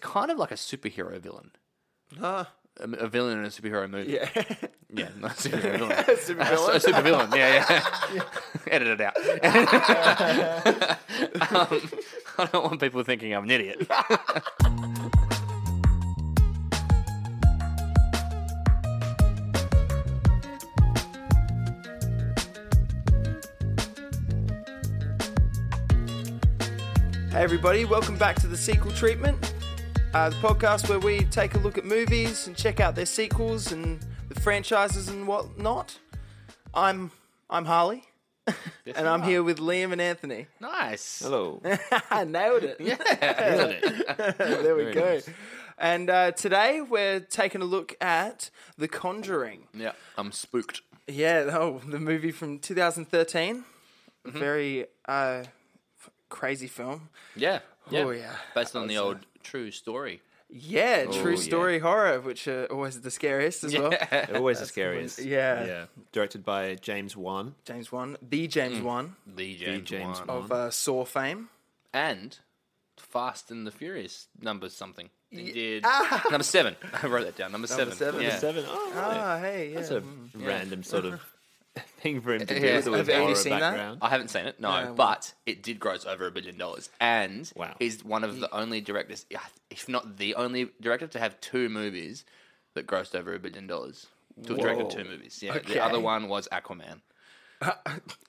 kind of like a superhero villain. Huh? A, a villain in a superhero movie. Yeah. Yeah, not a superhero villain. Super A, villain. a super villain. Yeah, yeah. Edit it out. um, I don't want people thinking I'm an idiot. Hey everybody, welcome back to the sequel treatment, uh, the podcast where we take a look at movies and check out their sequels and the franchises and whatnot. I'm I'm Harley, and Ah. I'm here with Liam and Anthony. Nice. Hello. I nailed it. Nailed it. there we Very go. nice. And uh, today we're taking a look at The Conjuring. Yeah, I'm spooked. Yeah, oh, the movie from 2013. Very uh, f- crazy film. Yeah. Oh, yeah. Based on the old true story. Yeah, true yeah. story horror, which are always the scariest as well. Always the scariest. Yeah. Yeah. Directed by James Wan. James Wan, the James Wan The James, James Wan. Wan. of uh, Saw fame. And Fast and the Furious numbers something. He did. Ah. number seven. I wrote that down. Number, seven. seven. Yeah. Seven. Oh, right. Ah, hey, yeah. that's a random sort of thing for him to do Yeah. with all his Have you horror seen that? background. I haven't seen it, no, No, well- but it did gross over a billion dollars, and Wow. he's one of the only directors, if not the only director, to have two movies that grossed over a billion dollars. To have directed Whoa. two movies. Yeah, Okay. the other one was Aquaman.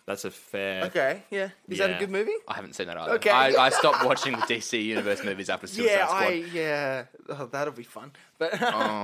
That's a fair. okay, yeah. Is that a Yeah. good movie? I haven't seen that either. Okay. I, I stopped watching the DC universe movies after Suicide yeah, Squad. I yeah. Oh, that'll be fun. But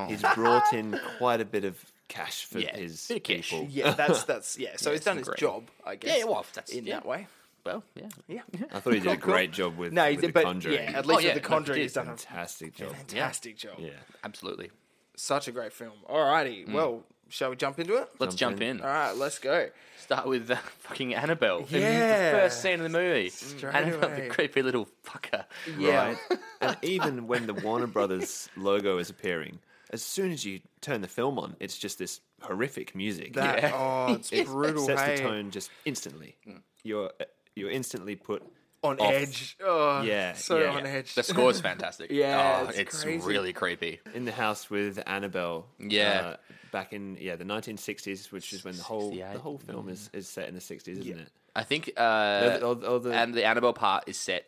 He's brought in quite a bit of cash for Yeah, his bit of cash. people. yeah, that's that's yeah. So he's it's done his great. job, I guess. yeah, yeah, well, that's in yeah, that way. Well, yeah, Yeah. I thought he did a Cool. great job with, No, he with did, the but Conjuring. yeah, at least Oh, yeah, with the no, Conjuring, he he's did. done a Fantastic job. fantastic job. Yeah. absolutely. Such a great film. Alrighty, well, shall we jump into it? Let's Jump jump in. in. All right, let's go. Start with uh, fucking Annabelle. in Yeah. the first scene of the movie. Annabelle, away. the creepy little fucker. Yeah. Right? and even when the Warner Brothers logo is appearing, as soon as you turn the film on, it's just this horrific music. That, Oh, it's brutal. sets hey. the tone just instantly. You're you're instantly put on off. edge. Oh, Yeah, so yeah. on edge. The score's fantastic. Yeah, Oh, it's it's crazy. really creepy. in the house with Annabelle. uh, Yeah. back in yeah the 1960s, which is when the whole 68. the whole film is, is set in the 60s, isn't it? I think uh, Or the- or the- and the Annabelle part is set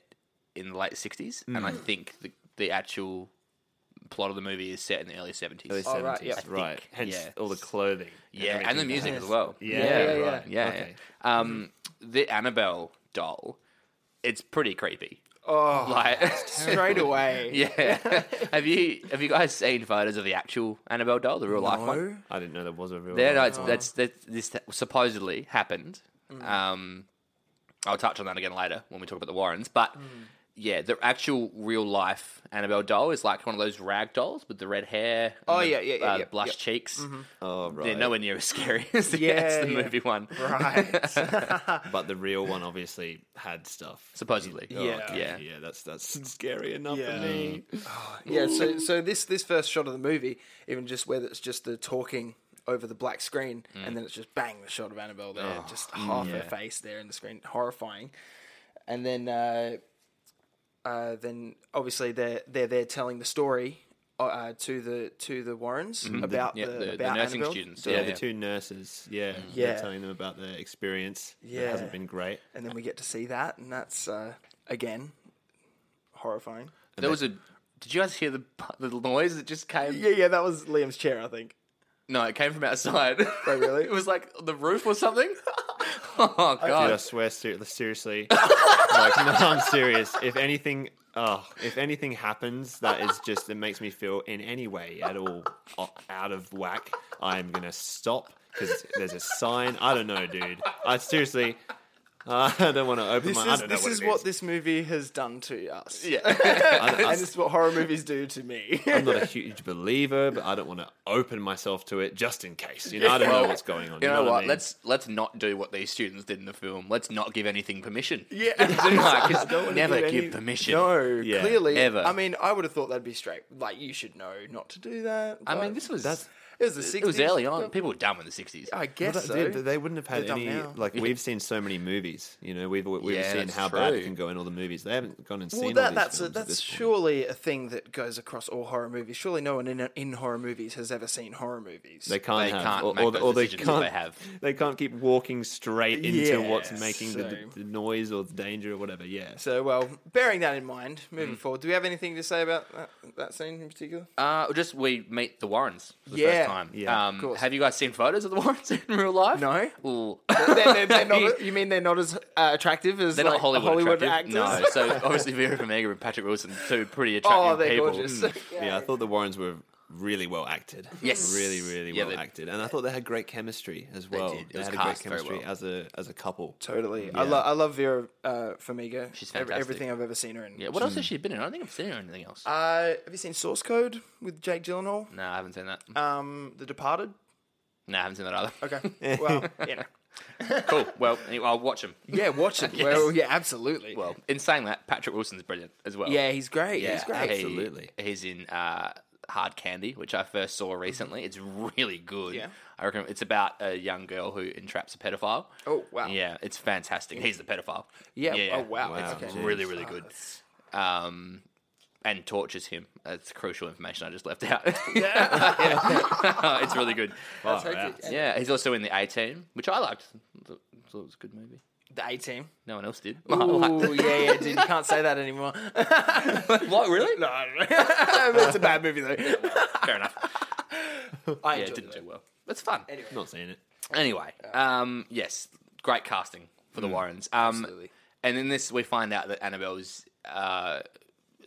in the late '60s, and Mm. I think the, the actual plot of the movie is set in the early '70s. early Oh, right, 70s, yeah. I right? think, Hence yeah. all the clothing. yeah, and the everything. music as well. Yeah, Yeah, yeah, right. yeah. okay. Mm-hmm. yeah. Um, the Annabelle doll, it's pretty creepy. Oh, Like, straight away. yeah. have you have you guys seen photos of the actual Annabelle doll, the real life one? No. I didn't know there was a real. Yeah, no, life it's, one. that's that. This th- supposedly happened. Mm. Um, I'll touch on that again later when we talk about the Warrens. But Mm. yeah, the actual real life Annabelle doll is like one of those rag dolls with the red hair. and Oh, the, yeah, yeah, yeah, uh, yeah, blush yeah. Mm-hmm. cheeks. oh right. They're nowhere near as scary as the, as Yeah, the yeah. movie one. Right. but the real one obviously had stuff. Supposedly. Oh, Yeah. okay, Yeah. yeah. That's that's scary enough Yeah. for me. yeah. So, so this this first shot of the movie, even just where it's just the talking over the black screen, and then it's just bang the shot of Annabelle there, just half her Mm. Oh, yeah. face there in the screen, horrifying. And then, uh, uh, then obviously they're they're there telling the story. Uh, to the to the Warrens about Yeah, the, Mm-hmm. the, the, about nursing Annabelle. students. yeah, yeah, the yeah. two nurses. Yeah, Yeah. They're telling them about their experience. Yeah, Yeah. it hasn't been great. and then we get to see that, and that's uh, again horrifying. There was a. Did you guys hear the the noise that just came? Yeah, yeah, that was Liam's chair, I think. No, it came from outside. Oh, really? it was like the roof or something. oh god. Dude, I swear, ser- seriously. like, no, I'm serious. If anything, oh, if anything happens that is just that makes me feel in any way at all o- out of whack, I'm gonna stop because there's a sign. I don't know, dude. I seriously, I don't want to open This my. I is don't this know what is it what this movie has done to us. Yeah. and it's what horror movies do to me. I'm not a huge believer, but I don't want to open myself to it just in case. You know, I don't know what's going on. You know, what? what? I mean? Let's let's not do what these students did in the film. Let's not give anything permission. Yeah. Like, it's wanna never give give, any- permission. no, Yeah, clearly. never. I mean, I would have thought that'd be straight. Like, you should know not to do that. I but mean, this was That's- It was the 60s. It was early on. People were dumb in the 60s. I guess Well, so. that- dude, they wouldn't have had They're dumb any. now. Like we've seen so many movies, you know. We've we've Yeah, seen that's how bad true. it can go in all the movies. They haven't gone and Well, seen all that, these that's a, films at that's this point. surely a thing that goes across all horror movies. Surely no one in in horror movies has ever seen horror movies. They They can't. have, can't or, make or, those or they decisions if can't they have. They can't keep walking straight into what's Yeah, making the, so- the noise or the danger or whatever. Yeah. so, well, bearing that in mind, moving forward, do we have anything to say about that, that scene in particular? Uh, just we meet the Warrens for the Yeah. first time. Yeah, um, of course. Have you guys seen photos of the Warrens in real life? No. Ooh. They're- they're- they're not- you mean they're not as uh, attractive as They're like, not Hollywood, Hollywood attractive. actors? No, so obviously Vera Farmiga and Patrick Wilson, two pretty attractive oh, they're people. gorgeous. Mm. Yeah. I thought the Warrens were really well acted. Yes. Really, really Yeah, well they- acted, and I thought they had great chemistry as well. did. It was had a great cast very chemistry well. as a as a couple. Totally. I, lo- I love Vera uh, Farmiga. She's Ev- fantastic. Everything I've ever seen her in. Yeah, what else has she been in? I don't think I've seen her in anything else. Uh, have you seen Source Code with Jake Gyllenhaal? no, I haven't seen that. Um, The Departed. no, I haven't seen that either. Okay. Well, yeah. cool. Well, anyway, I'll watch them. Yeah, watch it. Well, yeah, absolutely. Well, in saying that, Patrick Wilson's brilliant as well. yeah, he's great. he's great. he- absolutely. he's in uh, Hard Candy, which I first saw recently. It's really good. Mm-hmm. Yeah. I reckon it's about a young girl who entraps a pedophile. Oh, wow. Yeah, it's fantastic. He's the pedophile. Yeah, oh, wow. It's Okay. really, really good. Um, and tortures him. That's crucial information I just left out. yeah. it's really good. That's Oh, hectic. And Yeah, he's also in the A Team, which I liked. Thought thought it was a good movie. The A team. No one else did. Oh yeah, yeah, dude. You can't say that anymore. what really? no, it's a bad movie though. Fair enough. I Yeah, enjoyed it didn't it. do well. It's fun. Anyway, Not seeing it. Anyway, um, yes, great casting for the Warrens. Um, Mm. Absolutely. And in this, we find out that Annabelle's uh,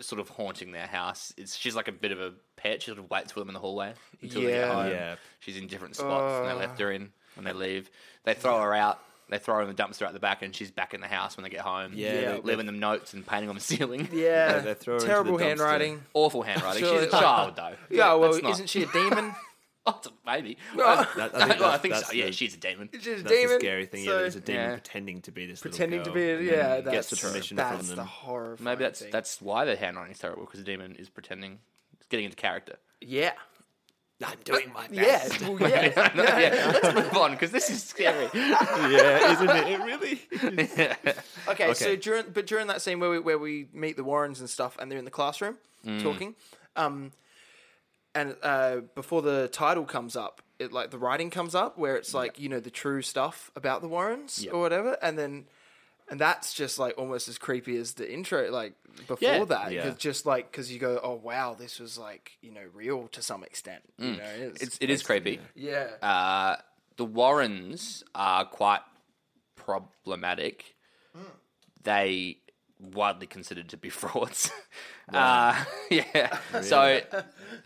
sort of haunting their house. It's, she's like a bit of a pet. She sort of waits for them in the hallway until they get Yeah. home. Yeah. She's in different spots, and they left her in when they leave. They throw her out. They throw her in the dumpster at the back, and she's back in the house when they get home. Yeah, Yeah. they- leaving them notes and painting on the ceiling. yeah, they throw her into terrible the dumpster. handwriting. Awful handwriting. Sure, She's a like- child, though. Yeah, well, that's not- isn't she a demon? Oh, it's a- maybe. That- I I think think, well, I that's- think so. that's yeah, the- she's a demon. She's a That's demon. the scary thing. yeah, so- there's a demon Yeah. pretending to be this pretending to little be girl, it. and Yeah, then that's gets the permission that's from them. the horror. Maybe that's thing. that's why their handwriting is terrible because the demon is pretending, it's getting into character. yeah, I'm doing my yeah, best. well, yeah. No, yeah, let's move on because this is scary. Yeah, yeah isn't it? It really. Okay, so Okay. during but during that scene where we where we meet the Warrens and stuff, and they're in the classroom Mm. talking, um, and uh, before the title comes up, it like the writing comes up where it's like you know the true stuff about the Warrens or whatever, and then and that's just like almost as creepy as the intro, like before Yeah. that, 'cause Yeah. just like because you go, oh wow, this was like you know real to some extent, you know, it's, Mm. It's it is creepy. yeah, Uh, the Warrens are quite problematic. Hmm. They widely considered to be frauds. Uh, yeah. So,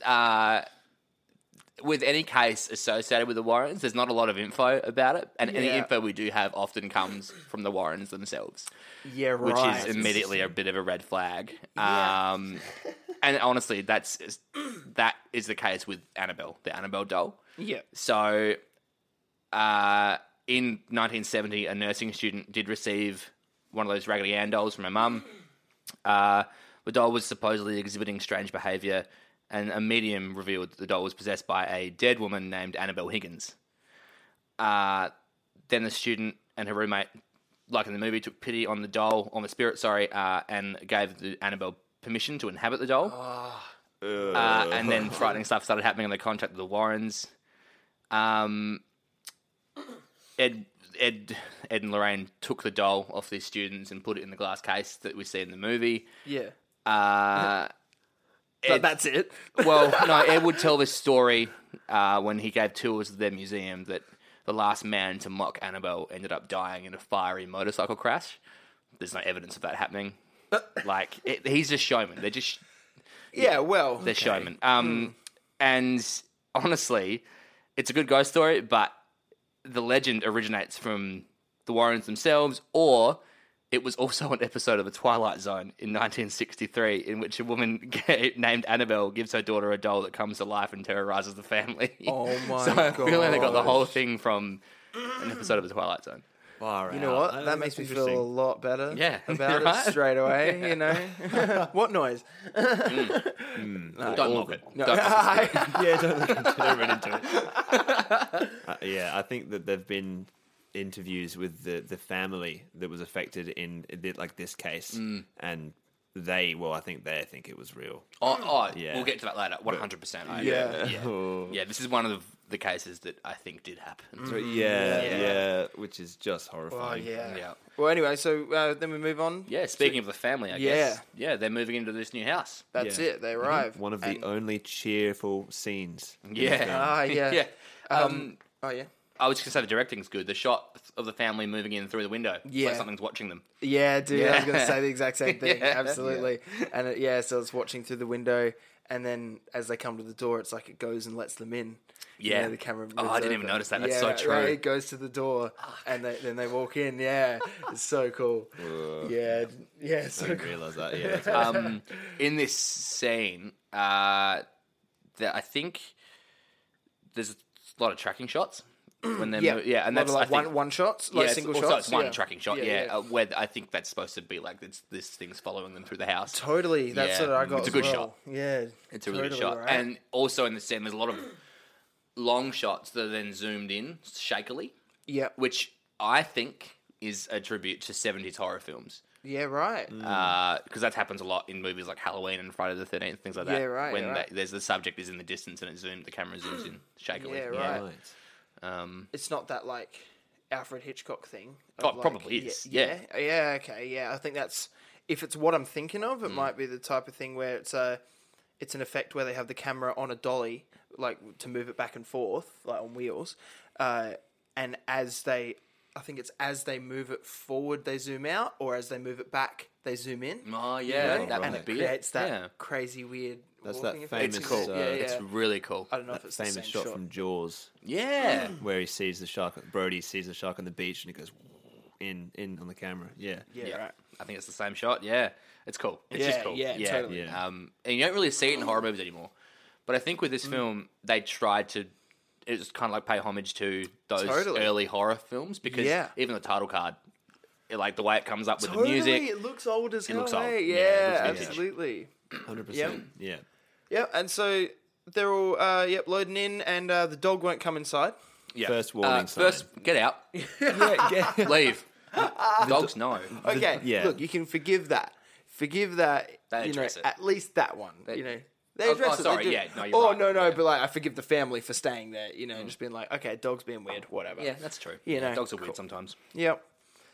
uh, with any case associated with the Warrens, there's not a lot of info about it, and any Yeah. info we do have often comes from the Warrens themselves. yeah, right, which is immediately a bit of a red flag. Yeah. Um, and honestly, that's is- that is the case with Annabelle, the Annabelle doll. yeah, So, uh, in 1970, a nursing student did receive one of those Raggedy Ann dolls from her mum. Uh, the doll was supposedly exhibiting strange behaviour, and a medium revealed that the doll was possessed by a dead woman named Annabelle Higgins. Uh, then the student and her roommate, like in the movie, took pity on the doll, on the spirit, sorry, uh, and gave the Annabelle permission to inhabit the doll. Uh, and then frightening stuff started happening, and they contacted the Warrens. Um, Ed, Ed, Ed, and Lorraine took the doll off these students and put it in the glass case that we see in the movie. yeah, Uh, but Ed- that's it. well, no, Ed would tell this story uh, when he gave tours of their museum that the last man to mock Annabelle ended up dying in a fiery motorcycle crash. There's no evidence of that happening. Uh. Like it, he's a showman. They're just Yeah, well, the showman. Hmm. Um, And honestly, it's a good ghost story, but the legend originates from the Warrens themselves, or it was also an episode of The Twilight Zone in 1963, in which a woman named Annabelle gives her daughter a doll that comes to life and terrorizes the family. Oh my so I feel like they got the gosh. whole thing from an episode of The Twilight Zone. Far You know out. what? I- that that's makes me feel a interesting. lot better Yeah, about right? it straight away, you know? what noise? Don't mock it. No. Don't mock it. yeah, don't look into it. Don't run into it. Uh, yeah, I think that there've been interviews with the the family that was affected in a bit like this case, Mm. and they well, I think they think it was real. Oh, oh Yeah. we'll get to that later. One hundred percent. Yeah. yeah, yeah. This is one of the cases that I think did happen. Mm-hmm. But yeah, Yeah. yeah, which is just Oh, horrifying. yeah. Yeah. Well, anyway, so uh, then we move on. Yeah. Speaking of the family, I Yeah. guess. Yeah, they're moving into this new house. That's Yeah. it. Mm-hmm. They arrive. One of the And- only cheerful scenes. in the Yeah. film. Ah, yeah. yeah. um, Oh, yeah. I was just gonna say the directing's good. The shot of the family moving in through the window. It's Yeah. like something's watching them. Yeah, dude, I was going to Yeah. say the exact same thing. Yeah. Absolutely. And it, yeah, so it's watching through the window, and then as they come to the door, it's like it goes and lets them in. You Yeah. know, the camera. Oh, I moves didn't even over. notice that. That's so right, true. Right, it goes to the door, and they, then they walk in. Yeah, it's so cool. yeah, yeah, it's I so didn't cool. realize that. Yeah, that's Um, in this scene, uh, that I think there's a lot of tracking shots when they're Yeah, mo- yeah, and Lot of, that's I like think- one one shots, like yeah, single it's, also shots. it's one yeah. tracking shot. Yeah, Uh, where I think that's supposed to be like it's, this thing's following them through the house. Totally, that's Yeah, what I got. it's a as good well. shot. Yeah, It's a really good totally shot. right. And also in the scene, there's a lot of long shots that are then zoomed in shakily, yeah, which I think is a tribute to 70s horror films. yeah, right. Mm. Because that happens a lot in movies like Halloween and Friday the 13th, things like that. Yeah, right, When yeah, right. they- there's the subject is in the distance and it zoomed, the camera zooms in shakily. Yeah, right. right. Um, it's not that like Alfred Hitchcock thing. Oh, of, it like- probably is, Yeah, yeah. yeah, Okay. Yeah. I think that's if it's what I'm thinking of, Mm. it might be the type of thing where it's a it's an effect where they have the camera on a dolly, like to move it back and forth, like on wheels, uh, and as they. I think it's as they move it forward, they zoom out, or as they move it back, they zoom in. oh, yeah, Yeah, that right. and might it be creates that Yeah. crazy, weird. That's walking that effect. famous, It's- uh, yeah, yeah. It's It's really cool. I don't know if it's the famous same shot from Jaws Yeah. where he sees the shark. Brody sees the shark on the beach and he goes in in on the camera. Yeah, Yeah, Yeah, right. I think it's the same shot. Yeah, it's cool. It's just Yeah, cool. yeah, totally. Yeah. Um, and you don't really see it in horror movies anymore. But I think with Mm. this film, they tried to. It was kind of like pay homage to those Totally. early horror films because Yeah. even the title card, it, like the way it comes up with Totally, the music, it looks old as hell. looks old. eh? Yeah, Yeah, it looks vintage. absolutely. hundred percent. Yeah, Yeah, and so they're all uh, yep loading in, and uh, the dog won't come inside. yeah. Uh, First warning sign. First, get out, yeah, yeah. leave. Dogs know. Okay, yeah. Look, you can forgive that. Forgive that. They you know, address it. at least that one. you know. They Oh, address oh, it. they sorry, do- yeah, no, you're oh right, no, no, yeah. Mm. but like I forgive the family for staying there. You know, and just being like, okay, dog's being weird, whatever. Yeah, that's true. You Yeah, know, dogs are weird sometimes. Yep,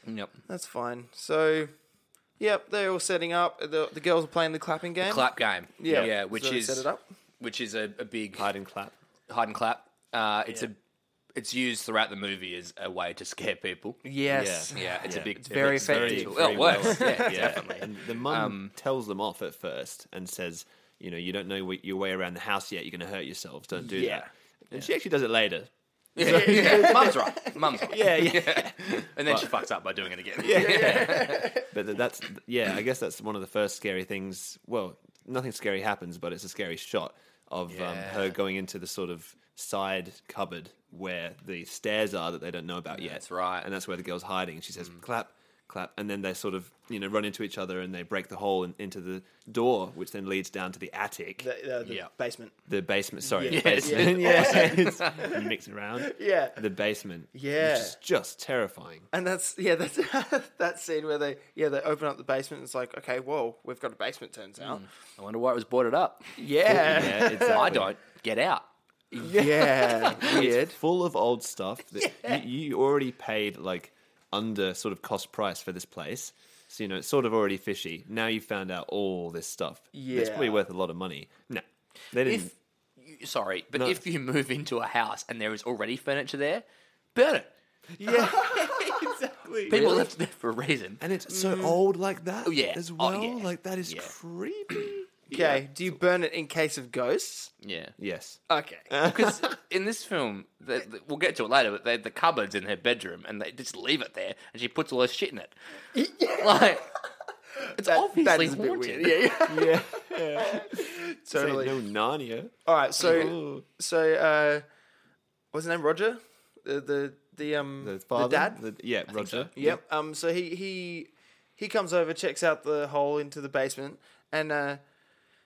Yep. that's fine. So, yep, they're all setting up. The, the girls are playing the clapping game. Clap game. Yeah, yeah. So Which they is set it up. which is a, a big hide and clap. hide and clap. Uh, it's a it's used throughout the movie as a way to scare people. Yes. Yeah, it's Yeah. a big, It's very it's very effective. tool. Very Well, Um, it works. well. yeah, definitely. And the mum tells them off at first and says, "You know, you don't know wh- your way around the house yet. You're going to hurt yourselves. Don't do Yeah. that." And she actually does it later. Yeah. Mum's right. Mum's right. Yeah, yeah. And then she fucks up by doing it again. but th- that's yeah. I guess that's one of the first scary things. Well, nothing scary happens, but it's a scary shot of um, Yeah. her going into the sort of side cupboard where the stairs are that they don't know about yet. That's right. and that's where the girl's hiding. And she says, "Clap." Clap, and then they sort of you know run into each other, and they break the hole in, into the door, which then leads down to the attic. The, uh, the Yeah. basement. The basement, sorry, Yeah. the basement. Yeah, it's mixed around. Yeah. The basement. Yeah. Which is just terrifying. And that's yeah, that's that scene where they yeah they open up the basement. And it's like okay, whoa, we've got a basement. Turns out, I wonder why it was boarded up. yeah, Yeah, exactly. I don't. Get out. yeah, weird. Full of old stuff. That you, you already paid like under sort of cost price for this place. So, you know, it's sort of already fishy. Now you found out all this stuff. It's probably Yeah. worth a lot of money. No. They didn't. If sorry, but if you move into a house and there is already furniture there, burn it. Yeah, exactly. People left there for a reason. and it's so old like that yeah. as Oh, well. yeah. Like, that is Yeah. creepy. Okay, do you burn it in case of ghosts? Yeah. yes. Okay, Because in this film, the, the- we'll get to it later, but they, the cupboard's in her bedroom and they just leave it there and she puts all her shit in it. Like, it's obviously that is a bit haunted. weird. Yeah, yeah, Yeah. totally. Oh, No Narnia. Oh. All right, so Ooh. so uh, what's his name? Roger, the the the um The father, dad. yeah, Roger. Yep. Um. So he he he comes over, checks out the hole into the basement, and uh,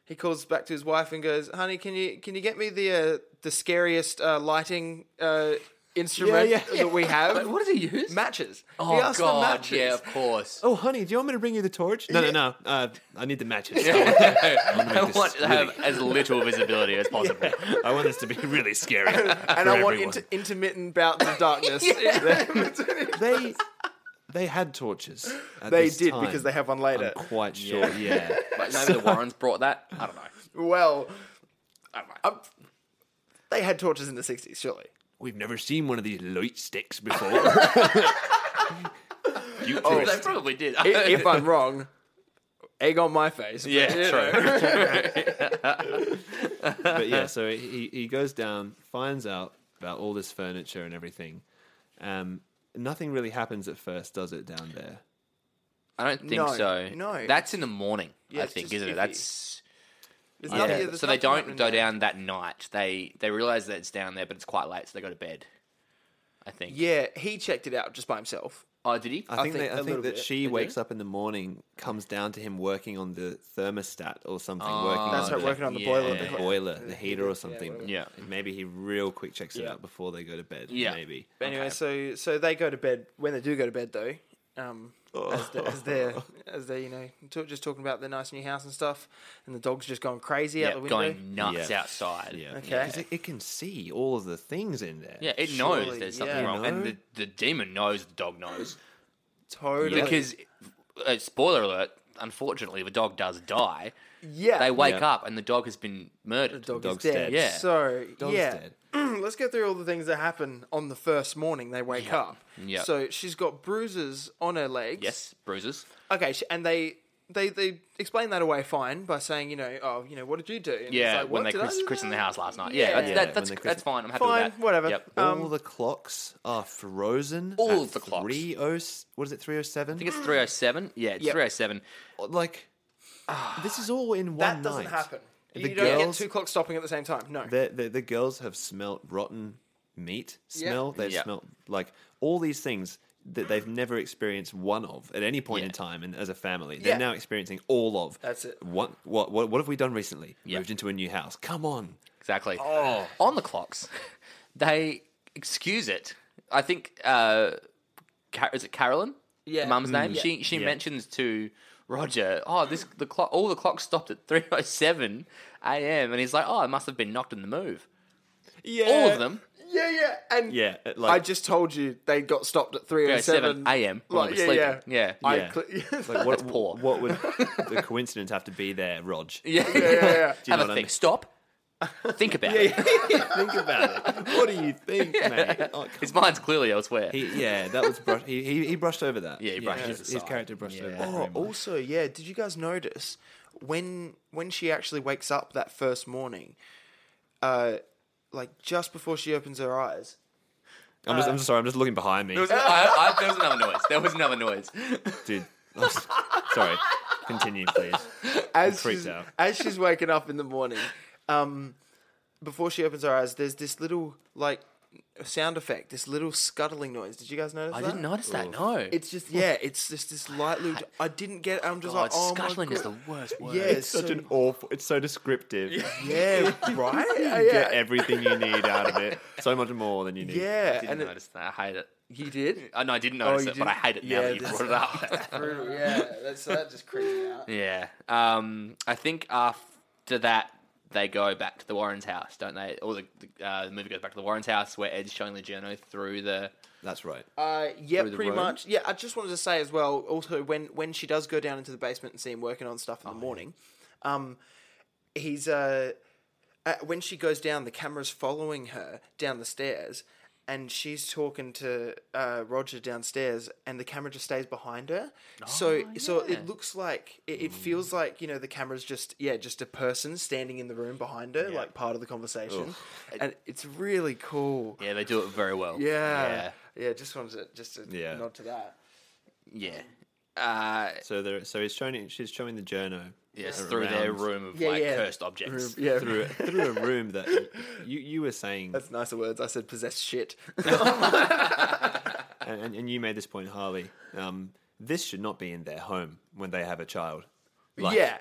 he calls back to his wife and goes, "Honey, can you can you get me the uh, the scariest uh, lighting uh, instrument yeah, yeah. that we have? But what does he use? matches? oh he asked for god, matches. yeah, of course. Oh, honey, do you want me to bring you the torch? No, no, no. Uh, I need the matches. I this want to have as little visibility as possible. I want this to be really scary. And I want inter- intermittent bouts of darkness. they they had torches. at They this did time. because they have one later. I'm quite sure. Yeah. But maybe the Warrens brought that. I don't know. Well, um, I don't know. they had torches in the '60s, surely. We've never seen one of these light sticks before. you they twist. probably did. Oh. I- If I'm wrong, egg on my face. but, yeah, you know. true. But yeah, so he, he goes down, finds out about all this furniture and everything. Um, nothing really happens at first, does it, down there? I don't think No, so. no. that's in the morning. I it's think, just isn't iffy. it? That's There's yeah. nothing- there's so they nothing don't happening go there. down that night. They they realize that it's down there, but it's quite late, so they go to bed. I think. Yeah, he checked it out just by himself. Oh, did he? I think, think they, a I little think that bit. she do? wakes up in the morning, comes down to him working on the thermostat or something, Ah. working That's on right, the, working on the Oh, yeah. boiler. the boiler, the heater or something. whatever. Yeah. And maybe he real quick checks it Yeah. out before they go to bed. Yeah. Maybe. But anyway, so so they go to bed when they do go to bed though, um, Oh. as, they, as they're as they you know t- just talking about their nice new house and stuff, and the dog's just going crazy out Yeah, the window. going nuts Yeah. outside. Yeah. Okay. Because it, it can see all of the things in there. Yeah, it knows Surely, there's something yeah. wrong, You and know? the, the demon knows the dog knows totally. because. Uh, spoiler alert! Unfortunately, the dog does die. yeah, They wake Yeah. up and the dog has been murdered. dog dog's is dead. dead. Yeah. So Dog's yeah, dead. let's go through all the things that happen on the first morning they wake up. Yeah. So she's got bruises on her legs. Yes, bruises. Okay, sh- and they they they explain that away fine by saying, you know, oh, you know, what did you do? And it's Yeah, like, when "What they did I christ- do?" christened the house last night. Yeah, that's, that- Yeah. Yeah, that's, when they that's christen- fine. I'm happy Fine, with that. whatever. Yep. Um, all the clocks are frozen. All at the clocks. 30 what is it, 307? I think it's 307. Yeah, it's Yep. 307. like, this is all in one That doesn't night. happen. The you don't girls- get two clocks stopping at the same time. No. The, the, the girls have smelt rotten meat Yeah. smell. They've Yeah. smelt, like, all these things that they've never experienced one of at any point in Yeah. time and as a family. Yeah. They're now experiencing all of. That's it. What, what, what, what have we done recently? Yeah. Moved into a new house. Come on. Exactly. Oh. On the clocks, they excuse it. I think, uh, Car- is it Carolyn? Yeah. The mum's name? Mm. She she Yeah. mentions to Roger, oh, this the clock, all the clocks stopped at 307 a.m. And he's like, oh, I must have been knocked in the move. Yeah. All of them. Yeah, yeah. And Yeah. uh, Like, I just told you they got stopped at 307 307 a.m. when I Like, was yeah, sleeping. yeah. Yeah. I Yeah. cl- Like what, That's poor. What would the coincidence have to be there, Rog? Yeah. yeah, yeah. Have Do you know a what I think. mean? Stop. Think about it. Think about it. What do you think, mate? Oh, His mind's clearly elsewhere. he, yeah, that was brush, he, he he brushed over that. Yeah, he brushed it his, his aside. character brushed over that. Oh, very much. also, yeah. Did you guys notice when when she actually wakes up that first morning, uh, like just before she opens her eyes? I'm just I'm just sorry. I'm just looking behind me, I, I, there was another noise. There was another noise. dude. I'm s- sorry. Continue, please. as freaked she's, out. as she's waking up in the morning, um, before she opens her eyes, there's this little like sound effect, this little scuttling noise. Did you guys notice? I that? didn't notice that. No. It's just yeah, it's just this light little. I didn't get. I'm just God, like, oh scuttling my is god. the worst word. yeah, It's so, such an awful. It's so descriptive. yeah, right. Yeah, You get everything you need out of it. So much more than you need. yeah, I didn't and it, notice that. I hate it. you did. Oh, no, I didn't notice you it, but I hate didn't? it now Yeah, that you this- brought it up. Brutal. Yeah, that's, so that just creeped me out. yeah. Um, I think after that, they go back to the Warrens' house, don't they? Or the, the, uh, the movie goes back to the Warrens' house where Ed's showing the journal through the. That's right. Uh, yeah, Through the pretty road? much. Yeah, I just wanted to say as well. Also, when when she does go down into the basement and see him working on stuff Oh, in the morning, um, he's uh, uh, when she goes down, the camera's following her down the stairs, and she's talking to uh, Roger downstairs, and the camera just stays behind her. so Oh, so yeah. Hmm. it looks like it, it feels like you know the camera's just yeah just a person standing in the room behind her, like part of the conversation, and it's really cool. Yeah, they do it very well. Yeah. Yeah, just wanted to just to Yeah. nod to that. Yeah. yeah. Uh, So there. So he's showing. it- She's showing the journo. yes, through their around- room of Yeah, like yeah. cursed objects. Yeah. Through, a- through a room that you you were saying That's nicer words. I said possessed shit. and, and- and you made this point, Harley. Um, this should not be in their home when they have a child. Like, yeah.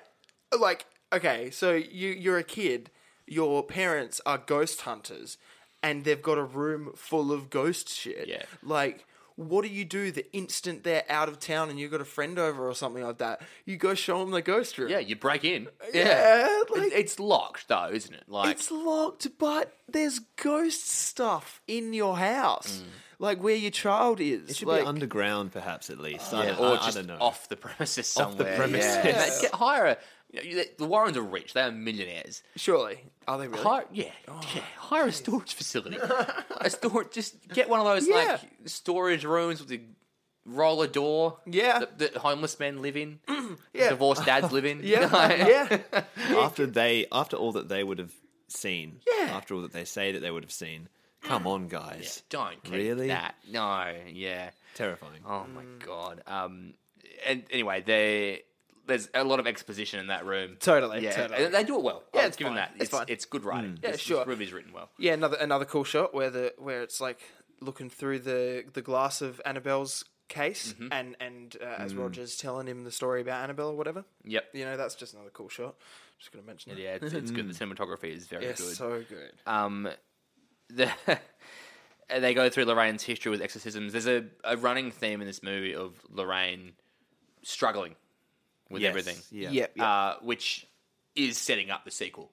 Like, okay, so you you're a kid, your parents are ghost hunters, and they've got a room full of ghost shit. Yeah. Like, what do you do the instant they're out of town and you've got a friend over or something like that? You go show them the ghost room. Yeah, you break in. Yeah, It- like- it's locked though, isn't it? Like It's locked, but there's ghost stuff in your house, like where your child is. it should like, be underground, perhaps at least. I, Yeah, don't- or I- I just don't know. off the premises somewhere. premises. Yeah. Mate, Get, hire a. you know, you- the Warrens are rich. They are millionaires. surely are they really? Hire, yeah, yeah, hire a storage facility. Oh, a storage. Just get one of those like storage rooms with the roller door. Yeah. that, that homeless men live in. Yeah. divorced dads live in. Yeah, yeah. after they, after all that they would have seen. Yeah. After all that they say that they would have seen. Come on, guys. Don't keep Really? that. No, yeah. Terrifying. Oh my Mm. god. Um. And anyway, they there's a lot of exposition in that room. Totally, Yeah. totally. and They do it well. Yeah, it's give them fine. that. It's fine. Mm. It's good writing. Yeah, This- sure. This room is written well. Yeah, another another cool shot where the where it's like looking through the the glass of Annabelle's case, Mm-hmm. and and uh, as Roger's telling him the story about Annabelle or whatever. Yep. You know, that's just another cool shot. Just gonna mention it. Yeah, it's, it's good. The Mm. cinematography is very Yeah, good. so good. um, the and they go through Lorraine's history with exorcisms. There's a, a running theme in this movie of Lorraine struggling with Yes, everything, Yeah. Yep, yep. uh, which is setting up the sequel.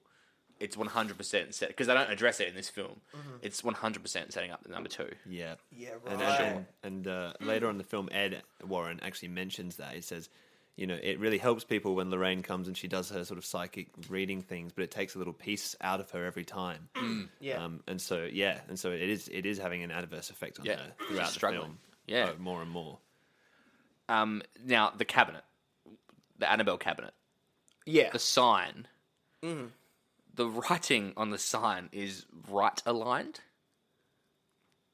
It's 100% set because they don't address it in this film. Mm-hmm. It's 100% setting up the number two. Yeah. Yeah, And, right. and, and uh, later on in the film, Ed Warren actually mentions that. He says, you know, it really helps people when Lorraine comes and she does her sort of psychic reading things, but it takes a little piece out of her every time. Mm. Mm. Yeah. Um, and so, yeah. And so it is it is having an adverse effect on Yeah. her She's throughout the struggling. film. Yeah. Oh, more and more. Um, now, the cabinet, the Annabelle cabinet, yeah. the sign, Mm-hmm. the writing on the sign is right aligned.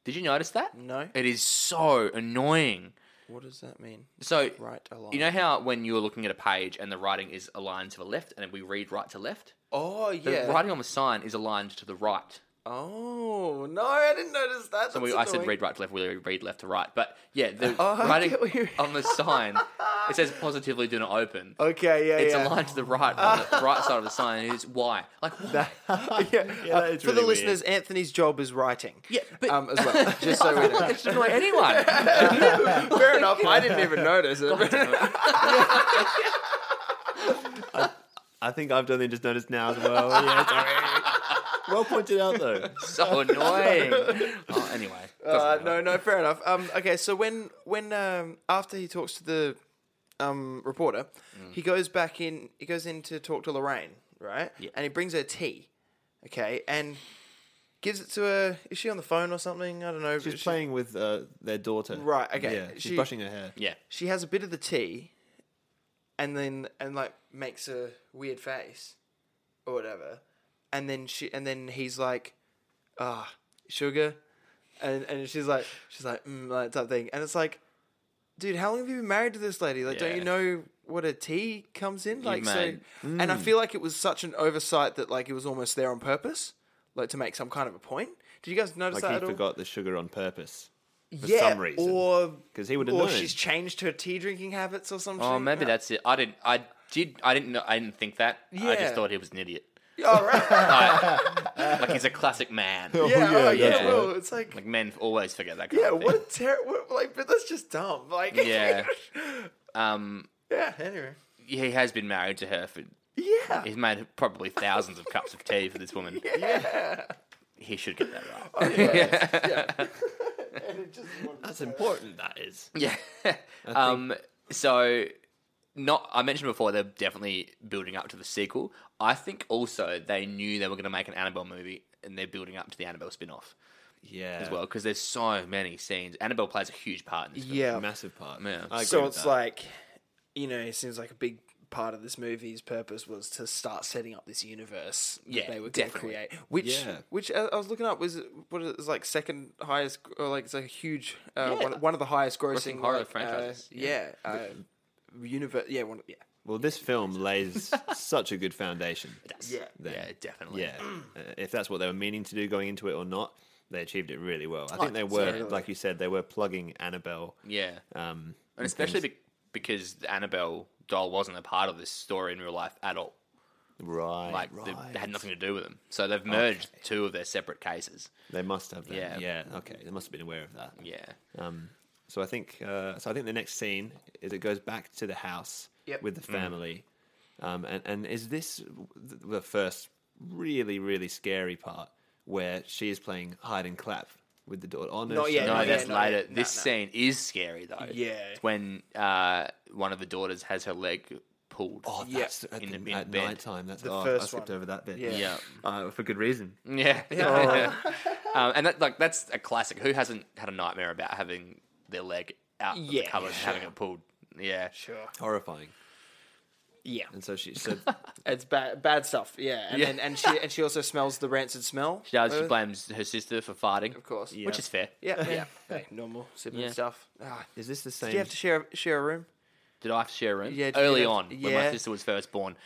Did you notice that? No. It is so annoying. What does that mean? So, Right aligned. you know how when you're looking at a page and the writing is aligned to the left and we read right to left? Oh The yeah. writing on the sign is aligned to the right. Oh no, I didn't notice that. So we, That's I said annoying. read right to left, we read left to right. But yeah, the Oh, I writing get what you- on the sign, it says positively do not open. Okay, yeah, It's yeah. aligned to the right, on the right side of the sign. It's why? Like, why? yeah. Yeah, that Uh, is for the really weird. listeners, Anthony's job is writing. Yeah, but- um, as well. Just so we know. That should annoy anyone. Fair enough. I didn't even notice it. I think I've done it just noticed now as well. Yeah, sorry. well pointed out, though. so annoying. Oh, anyway, Uh, doesn't matter. no, no, fair enough. Um, okay, so when when um, after he talks to the um, reporter, Mm. he goes back in. He goes in to talk to Lorraine, right? And he brings her tea, okay, and gives it to her. Is she on the phone or something? I don't know. She's She- playing with uh, their daughter. Right, okay. Yeah, she's She- brushing her hair. yeah, She has a bit of the tea, and then and like makes a weird face, or whatever, and then she and then he's like, ah, sugar, and and she's like she's like mm, like type thing, and it's like, dude, how long have you been married to this lady? Like, don't you Yeah. know what a tea comes in? Like, so, made- and I feel like it was such an oversight that like it was almost there on purpose, like to make some kind of a point. Did you guys notice Like that he at all? forgot the sugar on purpose for yeah, some reason. or 'Cause he would've or known. she's changed her tea drinking habits or something. Oh, maybe that's it. I didn't. I did. I didn't know. I didn't think that. I Yeah. just thought he was an idiot. All right. Like he's a classic man. yeah, oh, yeah, that's well, it's like, Like men always forget that. Kind yeah, of thing. what a ter- what, like, but that's just dumb. Like, Yeah. Um. yeah. Anyway, He has been married to her for. yeah, He's made probably thousands of cups of tea for this woman. yeah. He should get that right. That's important, that is. Yeah. um, so, not I mentioned before they're definitely building up to the sequel. I think also they knew they were going to make an Annabelle movie, and they're building up to the Annabelle spin-off Yeah. as well because there's so many scenes. Annabelle plays a huge part in this film. yeah. Massive part. Yeah. I agree So with it's that. like, you know, it seems like a big part of this movie's purpose was to start setting up this universe Yeah, that they were going to definitely. create. Which, Yeah. which uh, I was looking up was what is it, it's like second highest, or like it's a huge uh, Yeah. one, one of the highest grossing horror like, uh, franchises, yeah, uh, universe. Yeah, one. Yeah, Well, this film lays such a good foundation. Yes. Yeah. yeah, definitely. Yeah. Uh, if that's what they were meaning to do going into it or not, they achieved it really well. I think they were, yeah. like you said, they were plugging Annabelle. Yeah. Uh, Um, and especially be- because the Annabelle doll wasn't a part of this story in real life at all. right, Like they- right. they had nothing to do with them. So they've merged two of their separate cases. They must have. Then. Yeah. Yeah. Okay. They must have been aware of that. Yeah. Um, so I think. Uh, so I think the next scene is it goes back to the house Yep. with the Mm. family, um, and and is this w- th- the first really really scary part where she is playing hide and clap with the daughter? Oh, no, Not she- yet, No, yeah, that's no, later. no, this no. scene is scary though. Yeah. It's when uh, one of the daughters has her leg pulled. Oh, Yeah. that's at, In the, the- in at bed. night time. That's The oh, first I skipped one. over that bit. Yeah. Mm. Yeah. Uh, for good reason. Yeah. Oh. um, and that like that's a classic. Who hasn't had a nightmare about having their leg out of the Yeah, cupboard and having it pulled? Yeah. Sure. Horrifying. Yeah. And so she said, It's bad, bad stuff. Yeah, and Yeah. And, and she and she also smells the rancid smell. She does. She Uh, blames her sister for farting. Of course. Which is fair. Yeah, yeah. Hey, normal sibling Yeah. stuff. Ah, "Is this the same?" do you have to share share a room? Did I have to share a room? Yeah, did you Early have- on, when my yeah. sister was first born.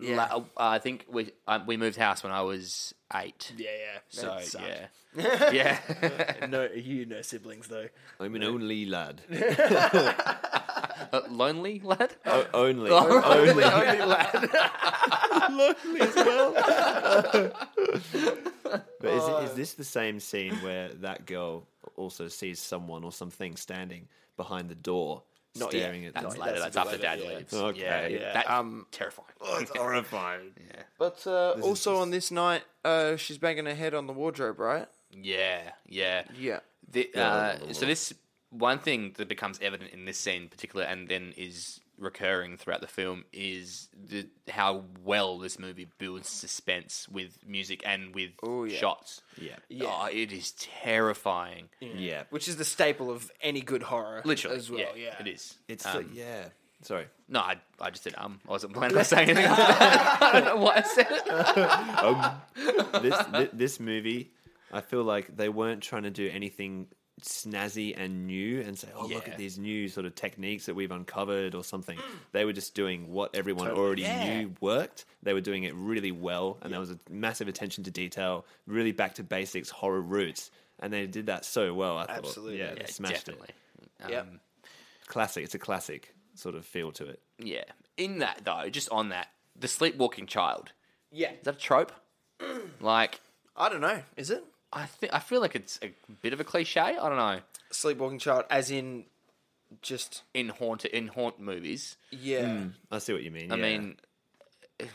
Yeah. La- uh, I think we um, we moved house when I was eight. Yeah, yeah. so yeah, yeah. no, you no siblings though. I'm an only lad. Uh, lonely lad. Oh, O- only, only. But is, it, is this the same scene where that girl also sees someone or something standing behind the door, Not yet. staring at That's them? later. that's That's, a bit after later, dad yeah. leaves. Okay. Yeah, Yeah. that's Um, terrifying. horrifying. But uh, also just- on this night, uh, she's banging her head on the wardrobe, right? Yeah, yeah. Yeah. The, Yeah, uh, blah, blah, so blah. this one thing that becomes evident in this scene in particular, and then is recurring throughout the film, is the, how well this movie builds suspense with music and with Oh, yeah. shots. Yeah. Yeah. Oh, it is terrifying. Yeah. Which is the staple of any good horror, Literally, as well. Yeah, it is. It's Um, like, yeah. Sorry. no, I, I just said um. I wasn't planning on saying anything. I don't know why I said it. this thi- this movie, I feel like they weren't trying to do anything snazzy and new and say, "Oh, look Yeah. at these new sort of techniques that we've uncovered" or something. They were just doing what everyone already knew worked. They were doing it really well, and there was a massive attention to detail, really back to basics horror roots, and they did that so well. I thought, Absolutely. yeah, they Yeah, smashed definitely. Yeah. Um, it. Classic. It's a classic sort of feel to it. Yeah. In that though, just on that, the sleepwalking child. yeah. Is that a trope? like, I don't know. Is it I think I feel like it's a bit of a cliche. I don't know. sleepwalking child? As in, just In haunt in haunt movies. yeah. I see what you mean. I yeah. mean,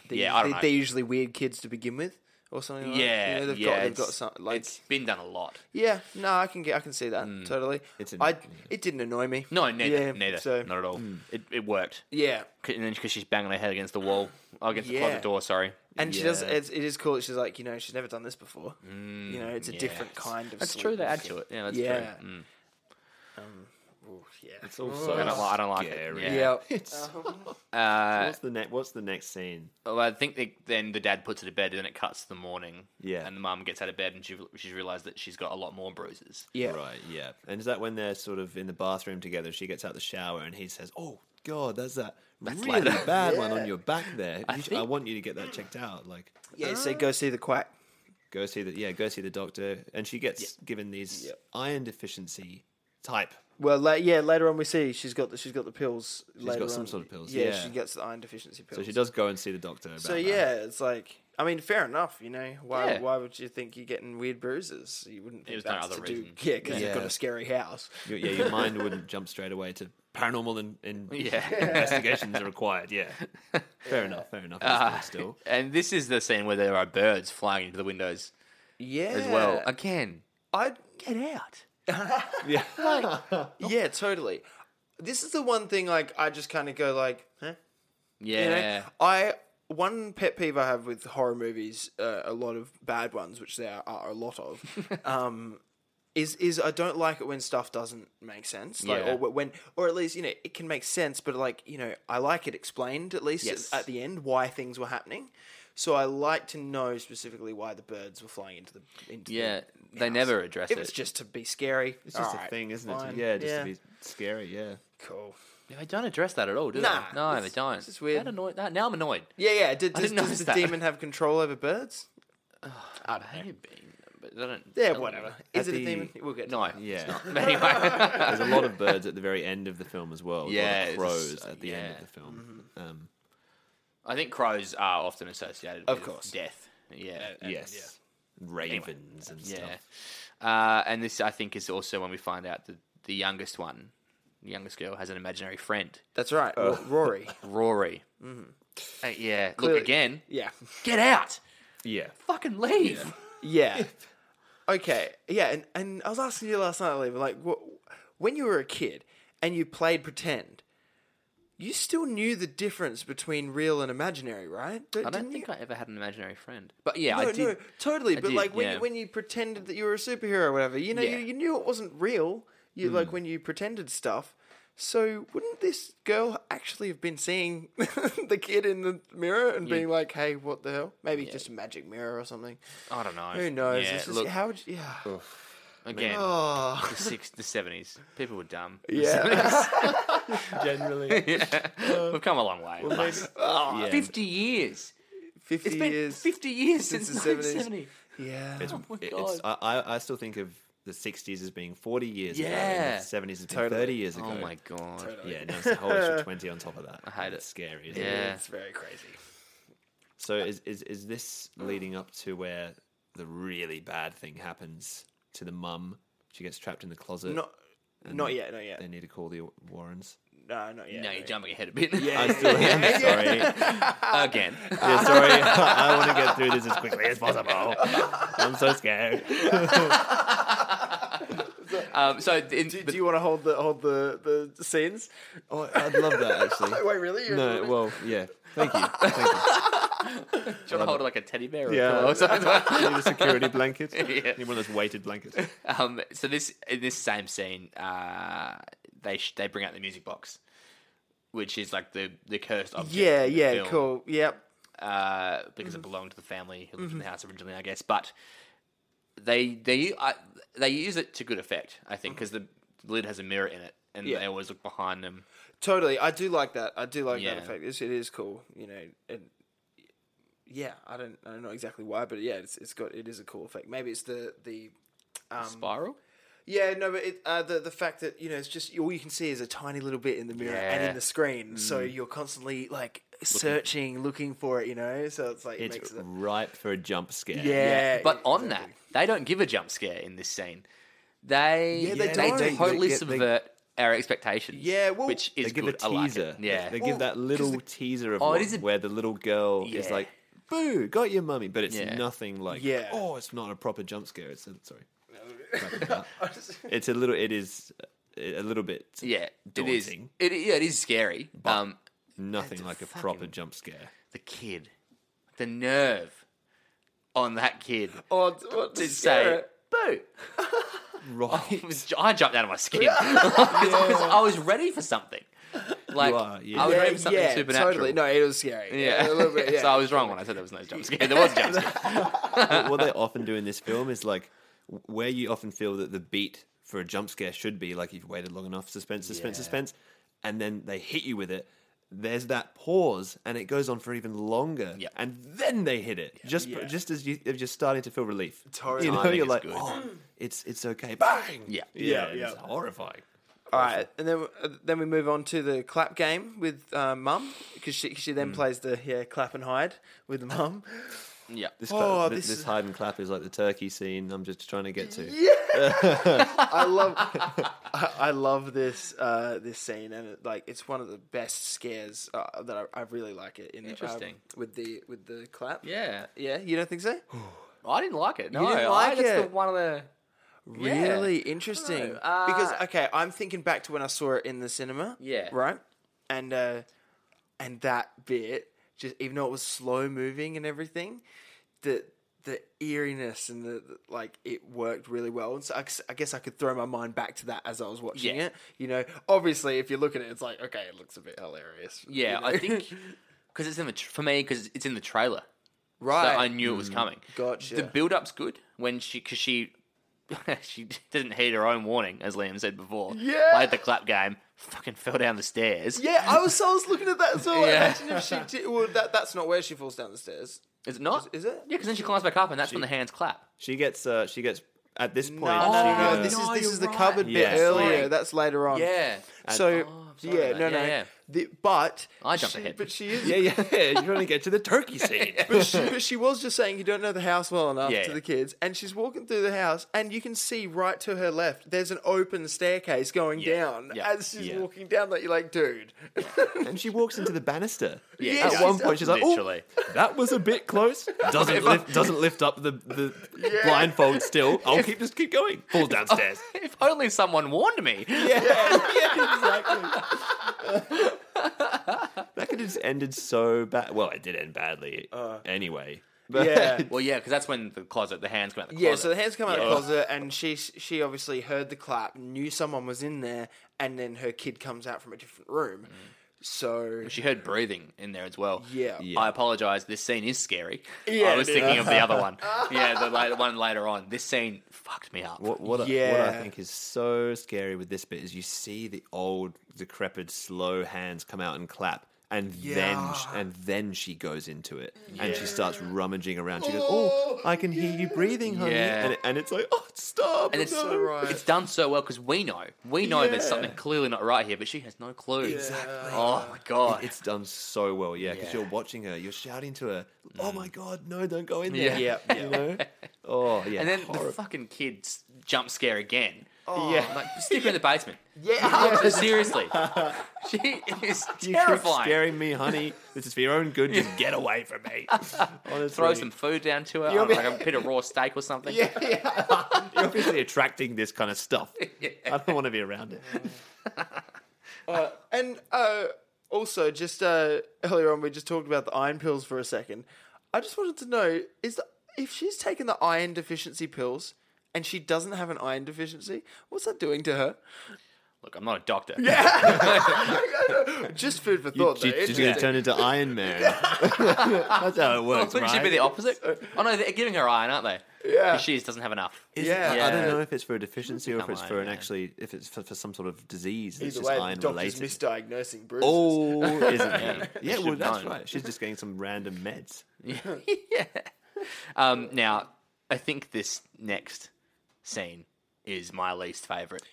They, yeah, I don't they, know. They're usually weird kids to begin with, or something. Like yeah, that. You know, they've yeah, got they've it's- got some like it's Hmm. been done a lot. yeah. No, I can get I can see that totally. It's It's an- I it didn't annoy me. No, neither, Yeah, neither, so- not at all. Hmm. It it worked, Yeah, 'Cause- and then because she's banging her head against the wall, oh, against the Yeah. closet door. Sorry, and she does. Yeah. Mm, It's, it is cool. that She's like you know she's never done this before. you know it's a different yes. kind of. that's true. They sleepwalking. add to it. Yeah, that's Yeah. Um, true. Mm. Ooh, yeah. it's also. I don't, li- I don't like Scary. it. Yeah. Yeah. Uh, What's the ne- What's the next scene? well, I think they, then the dad puts her to bed, and then it cuts to the morning. Yeah. and the mum gets out of bed, and she she's realized that she's got a lot more bruises. Yeah. Right, yeah. And is that when they're sort of in the bathroom together? She gets out the shower and he says, Oh, God, that's that really later. bad one on your back there. I, I think- want you to get that checked out. Like, Yeah. Uh. So go see the quack. go see the, yeah, go see the doctor. And she gets given these iron deficiency type. Well, la- yeah. Later on, we see she's got the, she's got the pills. She's got some sort of pills, Yeah, yeah. she gets the iron deficiency pills. So she does go and see the doctor. About So that. yeah, it's like I mean, fair enough. You know why? Yeah. Why would you think you're getting weird bruises? You wouldn't. Think was no that's other to do, reason. yeah, because Yeah. you've got a scary house. Your, yeah, your mind wouldn't jump straight away to paranormal and, and Yeah. investigations are required. Yeah. Fair enough, fair enough. Ah. Understood still. Uh, And this is the scene where there are birds flying into the windows Yeah, as well. Again, I get out. Yeah. Oh. yeah, totally. This is the one thing like I just kind of go like, huh? Yeah. You know, I one pet peeve I have with horror movies, uh, a lot of bad ones, which there are a lot of, um, is is I don't like it when stuff doesn't make sense, like Yeah. or wh- when or at least you know it can make sense, but like you know I like it explained at least Yes. at, at the end why things were happening. So I like to know specifically why the birds were flying into the into the Yeah, they house. never address If it. it's just to be scary, It's just a thing, isn't it? Yeah, just yeah. to be scary. Yeah. cool. Yeah, they don't address that at all, do Nah, they? No, it's- they don't. it's just weird. That annoyed, that, now I'm annoyed. Yeah, yeah. Did, does, didn't does notice the that. demon have control over birds? I don't know. but they don't. Yeah, don't whatever. matter. Is At it a the- demon? We'll get to No. Yeah. Anyway. There's a lot of birds at the very end of the film as well. Yeah, Yeah, it's- uh, crows at the end yeah. of the film. Um, I think crows are often associated Of with course. death. Yeah. yes, ravens and Yeah. stuff. Uh, and this, I think, is also when we find out that the youngest one, the youngest girl, has an imaginary friend, That's right. R- Rory. Rory. Uh, yeah. Mm-hmm. Clearly- Look again. Yeah. Get out. Yeah, Fucking leave. Yeah. Okay. Yeah, and, and I was asking you last night, Oliver, like, what, when you were a kid and you played pretend, you still knew the difference between real and imaginary, right? D- I don't didn't think you? I ever had an imaginary friend. But yeah, No, I did. no, totally. I but did, like when, yeah. when you pretended that you were a superhero or whatever, you know, Yeah. Hmm. you, you knew it wasn't real. You like when you pretended stuff. So wouldn't this girl actually have been seeing the kid in the mirror and being like, "Hey, what the hell?" Maybe just a magic mirror or something. I don't know. Who knows? Yeah, It's just- look, how would you, yeah. again, Oh. the six, the seventies. People were dumb. Yeah. generally. We've come a long way. Like, yeah. Fifty years. 50 It's been Oh, years. fifty years since, since the 1970. Yeah. It's, my it's, I, I I still think of the 60s as being 40 years ago. Yeah. and the 70s as being 30 years ago. Oh my god. Yeah, now it's a whole extra 20 on top of that. I hate it's it. scary. Isn't It? Yeah. It's very crazy. So is, is is this leading up to where the really bad thing happens to the mum? She gets trapped in the closet. Not, not yet, not yet. They need to call the Warrens. No, not yet. No, you're not yet. jumping ahead a bit. I still am. Sorry. Uh, Again. Yeah, sorry. I want to get through this as quickly as possible. I'm so scared. Um, so in, Do, but- do you want to hold the hold the, the scenes? Oh, I'd love that actually. Wait, really? You're No, recording? well, yeah. Thank you. Thank you. Oh, do you want to hold it like a teddy bear? Or a Yeah. pillow or something? Need a security blanket. Yeah. Need one of those weighted blankets. um, so this in this same scene, uh, they sh- they bring out the music box, which is like the the cursed object. Yeah, in the yeah, film, cool. Mm-hmm. Yep. Uh, because it belonged to the family who lived Mm-hmm. in the house originally, I guess. But they they I, they use it to good effect, I think, because the lid has a mirror in it, and Mm-hmm. Yeah. they always look behind them. Totally. I do like that. I do like Yeah. that effect. It's, it is cool, you know. And yeah, I don't I don't know exactly why, but yeah, it's it's got it is a cool effect. Maybe it's the the Um, Spiral. Yeah, no, but it, uh, the the fact that you know it's just all you can see is a tiny little bit in the mirror and Yeah. Mm. in the screen, so you're constantly like searching, looking for it, you know. So it's like It's makes it, ripe for a jump scare. yeah, But on exactly. that, they don't give a jump scare in this scene. They Yeah, they, they don't. They- totally they get- they- subvert our expectations. Yeah, well- which is They give good. a teaser. I like it. Yeah, They Well, give that 'cause little the- teaser of Oh, it one is a- where the little girl is Yeah. like, boo, got your mummy. But it's Yeah. nothing like, Yeah. oh, it's not a proper jump scare. It's a, sorry. it's a little, it is a little bit yeah, it is. daunting. It yeah, it is scary. um, nothing like a proper fucking- jump scare. the kid, the nerve on that kid or, or to to say say, boo. Right. It was- I jumped out of my skin because I was ready for something. Like are, yeah. I was yeah, ready for something yeah, supernatural. totally. No, it was scary. Yeah, a little bit. Yeah. so I was wrong when I said there was no jump scare. There was a jump scare. what what they often do in this film is like w- where you often feel that the beat for a jump scare should be like you've waited long enough, suspense, suspense, Yeah. suspense, and then they hit you with it. There's that pause, and it goes on for even longer, Yep. and then they hit it. Just Yeah. just as you, if you're starting to feel relief, Totally. you know, Timing you're is like, good. oh, it's it's okay, bang, Yeah. yeah, Yeah, and it's yeah. horrifying. All right, and then uh, then we move on to the clap game with uh, mum because she she Hmm. then plays the yeah clap and hide with mum. Yeah. This, Oh, cla- thi- this this, is- hide and clap is like the turkey scene. I'm just trying to get to. I love I, I love this uh, this scene and it, like it's one of the best scares uh, that I, I really like it. In the- um, Interesting. with the with the clap. Yeah. yeah. You don't think so? I didn't like it. No, didn't I- like that's the it? one of the Yeah. Really interesting. I don't know. because Uh, okay, I'm thinking back to when I saw it in the cinema. Yeah. Right. And uh, and that bit, just even though it was slow moving and everything, the the eeriness and the the- like it worked really well. And so I, c- I guess I could throw my mind back to that as I was watching Yeah. it. You know, obviously, if you look at it, it's like okay, it looks a bit hilarious. you yeah. I know? think because it's in the tr- for me because it's in the trailer, so right. I knew it was coming. Gotcha. The build up's good when she because she she didn't heed her own warning as Liam said before. Yeah. played the clap game, fucking fell down the stairs. yeah, I was. I was looking at that as well. Yeah. Imagine if she did. Well, that, that's not where she falls down the stairs. Is it not? Is it? Yeah, because then she climbs back up, and that's when the hands clap. She gets. Uh, she gets at this point. No, she, no, no, uh, no. This is Oh, No, this you're is the right. cupboard Yes, bit earlier. right. That's later on. Yeah. So Oh, I'm sorry yeah, about no, that. no. Yeah, yeah. The, but I jumped she, ahead. But she is. yeah, yeah. You want to get to the turkey scene. But she, but she was just saying you don't know the house well enough Yeah, to yeah. the kids, and she's walking through the house, and you can see right to her left. There's an open staircase going down yeah, as she's yeah. walking down. That you're like, dude, and she walks into the banister. Yeah, Yeah, At she one does. point, she's like, "Oh, Literally. that was a bit close. Doesn't lift, doesn't lift up the, the blindfold. Still, I'll keep just keep going. Falls downstairs. If only someone warned me. exactly. that could have just ended so bad. Well, it did end badly. anyway, but yeah. Well, yeah, because that's when the closet, the hands come out the closet. Yeah, so the hands come out of Yeah. the closet, and she she obviously heard the clap, knew someone was in there, and then her kid comes out from a different Mm. room. So She heard breathing in there as well. Yeah. Yeah. I apologize. This scene is scary. Yeah, I was it thinking is. of the other one. Yeah, the la- one later on. This scene fucked me up. What, what, I- what Yeah. I think is so scary with this bit is you see the old, decrepit, slow hands come out and clap, and then sh- Yeah. and then she goes into it and she starts rummaging around. She goes, "Oh, I can hear you breathing, honey," Yeah. and, it- and it's like, "Oh, stop!" And it's, no." so right. it's done so well because we know. We know there's Yeah. something clearly not right here, but she has no clue. Exactly. Oh, my God. It's done so well, yeah. Because Yeah. you're watching her, you're shouting to her, "Oh my god, no, don't go in Mm. Yeah. there!" Yeah, you know. Oh yeah. and then the horrible. fucking kids jump scare again. oh, I'm like, stick her in the basement. yeah, Seriously. she is you terrifying. keep scaring me, honey. This is for your own good. Just get away from me. Honestly, Throw some food down to her, I don't know, like a bit of raw steak or something. yeah, yeah. You're obviously attracting this kind of stuff. I don't want to be around it. Uh, and uh, also, just uh, earlier on, we just talked about the iron pills for a second. I just wanted to know is the, if she's taken the iron deficiency pills and she doesn't have an iron deficiency, what's that doing to her? Look, I'm not a doctor. Just food for thought, though. She's going to turn into Iron Man. That's how it works, Wouldn't she be the opposite? Oh no, they're giving her iron, aren't they? Yeah. 'Cause She doesn't have enough. Yeah. I don't Yeah. know if it's for a deficiency or if Come it's on, for an yeah. actually if it's for, for some sort of disease that's Either just way, the iron doctor's related. misdiagnosing Bruce. Oh, isn't Yeah. it? Yeah, They well, should that's know. right. She's just getting some random meds. yeah. Um, now, I think this next scene is my least favorite.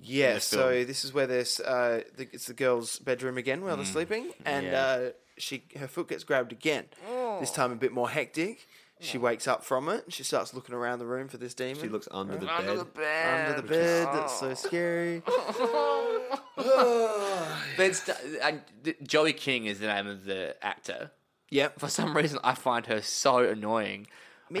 Yeah, the so film. this is where this uh, the, it's the girl's bedroom again while they're sleeping, and Mm. yeah. uh, she her foot gets grabbed again. Oh. This time a bit more hectic. She wakes up from it. and She starts looking around the room for this demon. She looks under the bed. under the bed. That's Oh. so scary. There's and th- Joey King is the name of the actor. yep. For some reason, I find her so annoying. Me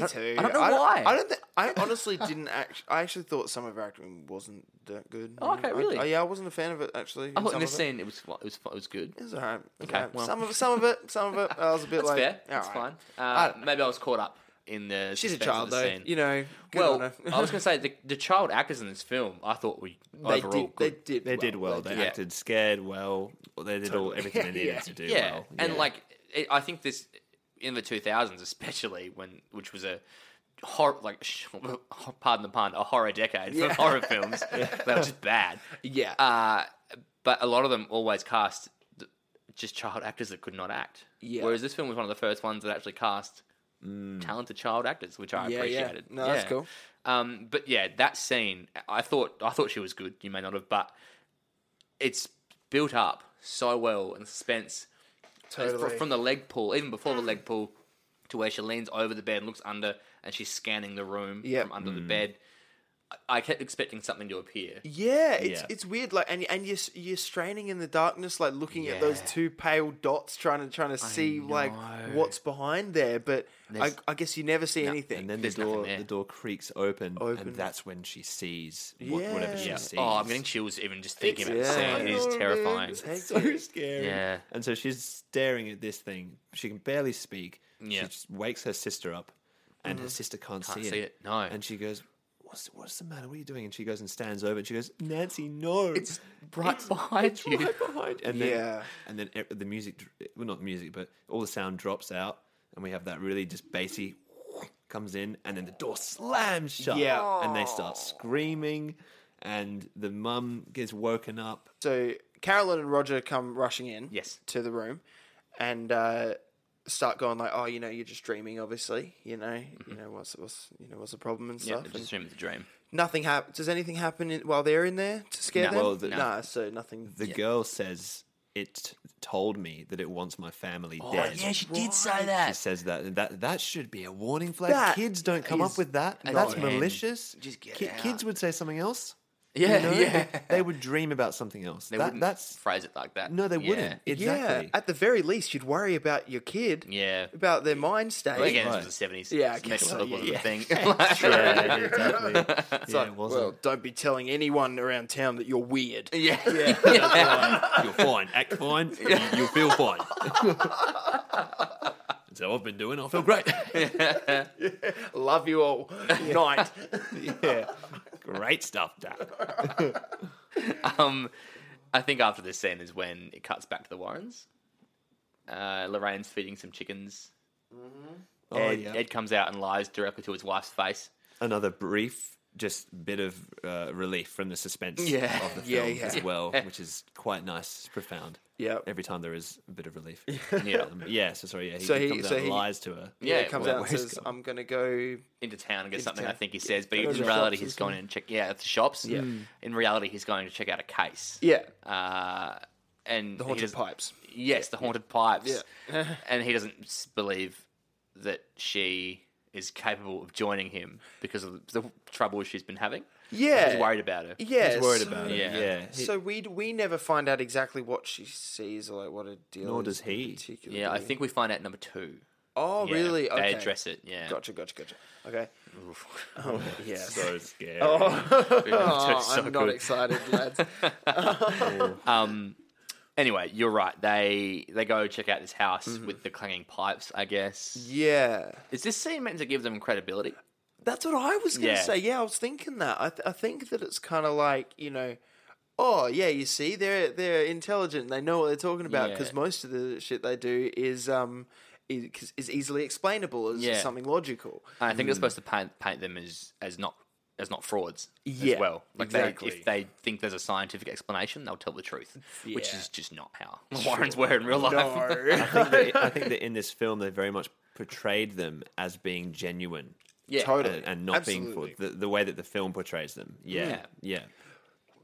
I don't- too. I don't know why. I don't. Th- I honestly didn't. Act- I actually thought some of her acting wasn't that good. Oh, okay, I- really? I, yeah, I wasn't a fan of it actually. I thought Oh, in some this of it. scene it was fi- it was fi- it was good. It was alright. Okay, Okay, well. some of some of it, some of it, I was a bit That's like, fair. That's alright. fine. Uh, maybe I was caught up in the. She's a suspense of child the though, scene. you know. good well, on her. I was going to say the, the child actors in this film, I thought we they overall did, good. they did. They did well. They Yeah. acted scared well. They did all everything they needed Yeah. to do yeah. well. and Yeah. like it, I think this in the two thousands, especially when which was a horror like sh- pardon the pun, a horror decade for horror films. They were just bad. Yeah. Uh, but a lot of them always cast th- just child actors that could not act. Yeah. Mm. Whereas this film was one of the first ones that actually cast talented child actors, which I Yeah, yeah. appreciated. No, that's cool. Um, but yeah, that scene, I thought I thought she was good. You may not have, but it's built up so well and suspense It's fr- Totally. from the leg pull, even before the leg pull, to where she leans over the bed, and looks under, and she's scanning the room Yep. from under the bed. I- I kept expecting something to appear. yeah, it's Yeah. it's weird. Like, and and you're s- you're straining in the darkness, like looking at those Yeah. two pale dots, trying to trying to see like know. what's behind there. But I, There's- I guess you never see anything. And then There's the nothing door there. the door creaks open, Open. and that's when she sees what, whatever she Yeah. sees. Oh, I'm getting chills even just thinking about the yeah. scene. It is terrifying. Take so it. scary. Yeah. And so she's staring at this thing. She can barely speak. Yeah. She just wakes her sister up, and her sister can't, Can't see, see it, no. And she goes, "What's what's the matter? What are you doing?" And she goes and stands over, and she goes, "Nancy, no! It's right behind it's you. right behind." And then, Yeah. And then e- the music, dr- well, not music, but all the sound drops out, and we have that really just bassy comes in, and then the door slams shut. Yeah. And they start screaming, and the mum gets woken up. So Carolyn and Roger come rushing in. Yes. To the room, and uh, start going like, oh, you know, you're just dreaming, obviously. You know, you know what's what's you know what's the problem and Mm-hmm. Yeah, stuff. just and assume it's a dream. nothing happen. Does anything happen in- while they're in there to No. scare them? Well, the- no. no. Nah, so nothing. The girl says it told me that it wants my family Oh, dead. yeah, she did say She that. says that and that that should be a warning flag. That kids don't come is up with that. a That's 10. malicious. Just get Ki- out. Kids would say something else. you Yeah, know? yeah. They, they would dream about something else. They That- wouldn't that's phrase it like that. no, they Yeah. wouldn't. Exactly. Yeah, at the very least, you'd worry about your kid. Yeah. About their mind But state. again, Right. this was the 70s. Yeah, I Mental guess so, health wasn't yeah, a thing. yeah, exactly. yeah, Like, it wasn't. well, don't be telling anyone around town that you're weird. yeah. You're fine. Act fine. You, will feel fine. so I've been doing. I feel great. Love you all. Night. yeah. Great stuff, Dad. Um, I think after this scene is when it cuts back to the Warrens. Uh, Lorraine's feeding some chickens. Oh, Ed, Ed comes out and lies directly to his wife's face. Another brief, just bit of uh, relief from the suspense Yeah. of the Yeah, film yeah. as well, which is quite nice, profound. Yeah. Every time there is a bit of relief. Yeah. yeah. So sorry. Yeah. He, So he- comes so out and he- lies to her. Yeah, it comes well, out and where's says, going? "I'm gonna go." Into town and get Into something, town. I think he says, but Go to in the reality, shops or he's going and check. Yeah, at the shops. Yeah. In reality, he's going to check out a case. Yeah, Uh, and the he haunted doesn't- pipes. Yes, the haunted pipes. and he doesn't s- believe that she is capable of joining him because of the the trouble she's been having. Yeah, He's worried about her. Yeah, He's worried so- about it. Yeah. Yeah. He- So we we never find out exactly what she sees or like what a deal. Nor is does he. particularly. Yeah, I think we find out number two. Oh, Yeah, really? Okay. They address it. Yeah. Gotcha, gotcha, gotcha. Okay. Oh, yeah. so scary. Oh, So I'm not good. excited, lads. Um. Anyway, you're right. They they go check out this house with the clanging pipes. I guess Mm-hmm. Yeah, is this scene meant to give them credibility? that's what I was gonna Yeah. say. Yeah, I was thinking that. I, th- I think that it's kind of like you know, oh yeah, you see, they're they're intelligent. And they know what they're talking about because Yeah. most of the shit they do is um is, 'cause- is easily explainable as Yeah. something logical. And I think Mm. they're supposed to paint paint them as as not as not frauds Yeah, as well. Like exactly. they, if they think there's a scientific explanation, they'll tell the truth, which Yeah. is just not how Warrens were in real life. I think that- I think that in this film they very much portrayed them as being genuine uh, yeah. Totally. and, and not Absolutely. being for the, the way that the film portrays them. Yeah, Yeah. yeah.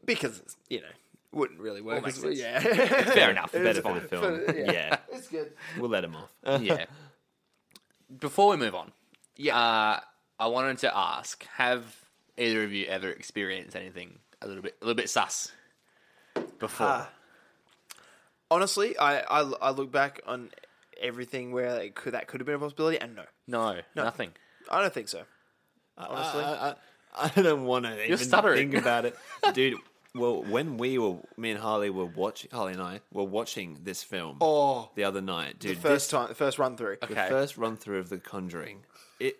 because you know wouldn't really work. makes as well. sense. Yeah, Fair enough. The better for the film. For- yeah. yeah. it's good. we'll let him off. yeah. Before we move on, Yeah. uh, I wanted to ask: Have either of you ever experienced anything a little bit, a little bit sus before? Honestly, I, I I look back on everything where it could, that could have been a possibility, and no, no, nothing. I don't think so. Honestly, I, I, I don't want to even stuttering. think about it, dude. Well, when we were, me and Harley were watching, Harley and I were watching this film Oh, the other night, dude. first time, the first run through. this, Okay. the first run through of The Conjuring, it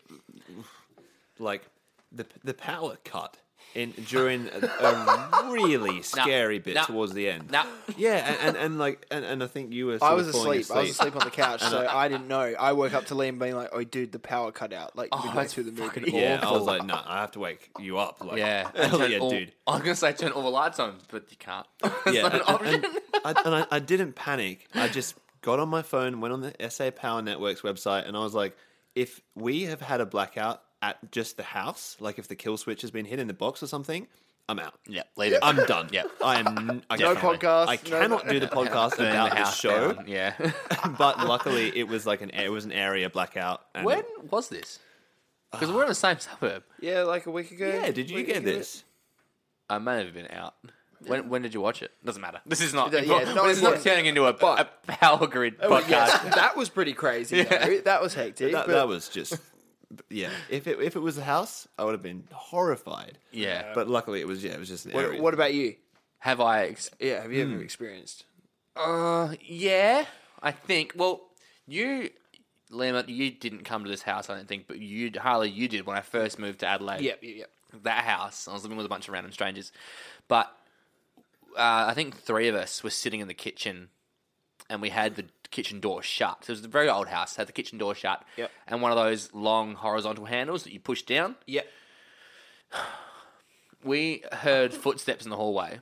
like the the power cut in during a, a really scary bit nah, towards the end. Now, Yeah, and, and, and like, and, and I think you were. Sort I was of falling asleep. I was asleep. asleep on the couch, so I didn't know. I woke up to Liam being like, "Oh, dude, the power cut out." Like midway it's through the movie. fucking Yeah, I awful. was like, no, I have to wake you up. Like, yeah, hell Turn yeah, all- dude. I was gonna say turn all the lights on, but you can't. Yeah, not an and, and, and I, and I, I didn't panic. I just got on my phone, went on the SA Power Network's website, and I was like, if we have had a blackout at just the house, like if the kill switch has been hit in the box or something, I'm out. yeah, later. I'm done. Yeah. I am. I No can't- podcast, I no- cannot do the podcast Burn about this show. down, Yeah. But luckily, it was like an it was an area blackout. And when was this? Because we're in the same suburb. Yeah, like a week ago. Yeah, did you Week get ago. this? I may have been out. When when did you watch it? Doesn't matter. This is not. Yeah, yeah, it's no, not yeah. turning into a, a But- power grid Well, podcast. yes, that was pretty crazy. Though. That was hectic. That, but that was just. Yeah, if it if it was a house, I would have been horrified. Yeah. but luckily it was yeah, it was just an what, area. what about you? Have I? Ex- Yeah, have you Hmm. ever experienced? uh, yeah. I think. Well, you, Liam, you didn't come to this house. I don't think, but you, Harley, you did when I first moved to Adelaide. Yep, yep, yep. that house. I was living with a bunch of random strangers, but uh, I think three of us were sitting in the kitchen, and we had the kitchen door shut. So it was a very old house. Had the kitchen door shut, Yep. and one of those long horizontal handles that you push down. Yep. We heard footsteps in the hallway.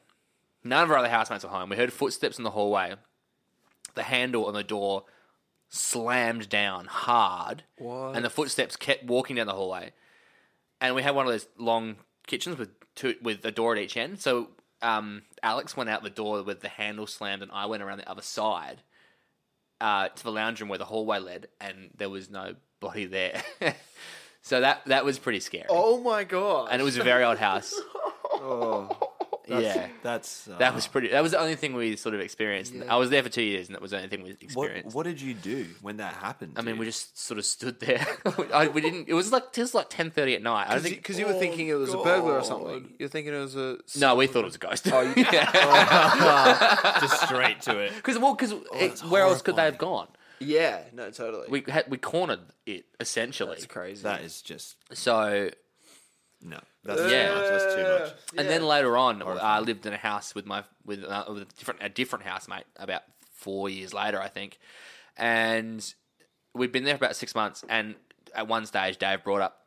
None of our other housemates were home. We heard footsteps in the hallway. The handle on the door slammed down hard, What? and the footsteps kept walking down the hallway. And we had one of those long kitchens with two with a door at each end. So um, Alex went out the door with the handle slammed, and I went around the other side uh, to the lounge room where the hallway led, and there was no body there. so that that was pretty scary, Oh my god! and it was a very old house. Oh, yeah. that's uh, That was pretty. That was the only thing we sort of experienced. I was there for two years, and that was the only thing we What, experienced. what did you do when that happened? I mean, dude? we just sort of stood there. I, we didn't. It was like it was like ten thirty at night. I don't think. because you were thinking it oh was a burglar or something. You're thinking it was a No, we thought it was a ghost. Oh, yeah. just straight to it. Because well, because where else could they have gone? Yeah, no, totally. We had we cornered it essentially. That's crazy. That is just So no. Uh, That's Yeah. too much. That's too much. and then later on, I lived in a house with my with, uh, with a different a different housemate about four years later, I think, and we'd been there for about six months. And at one stage, Dave brought up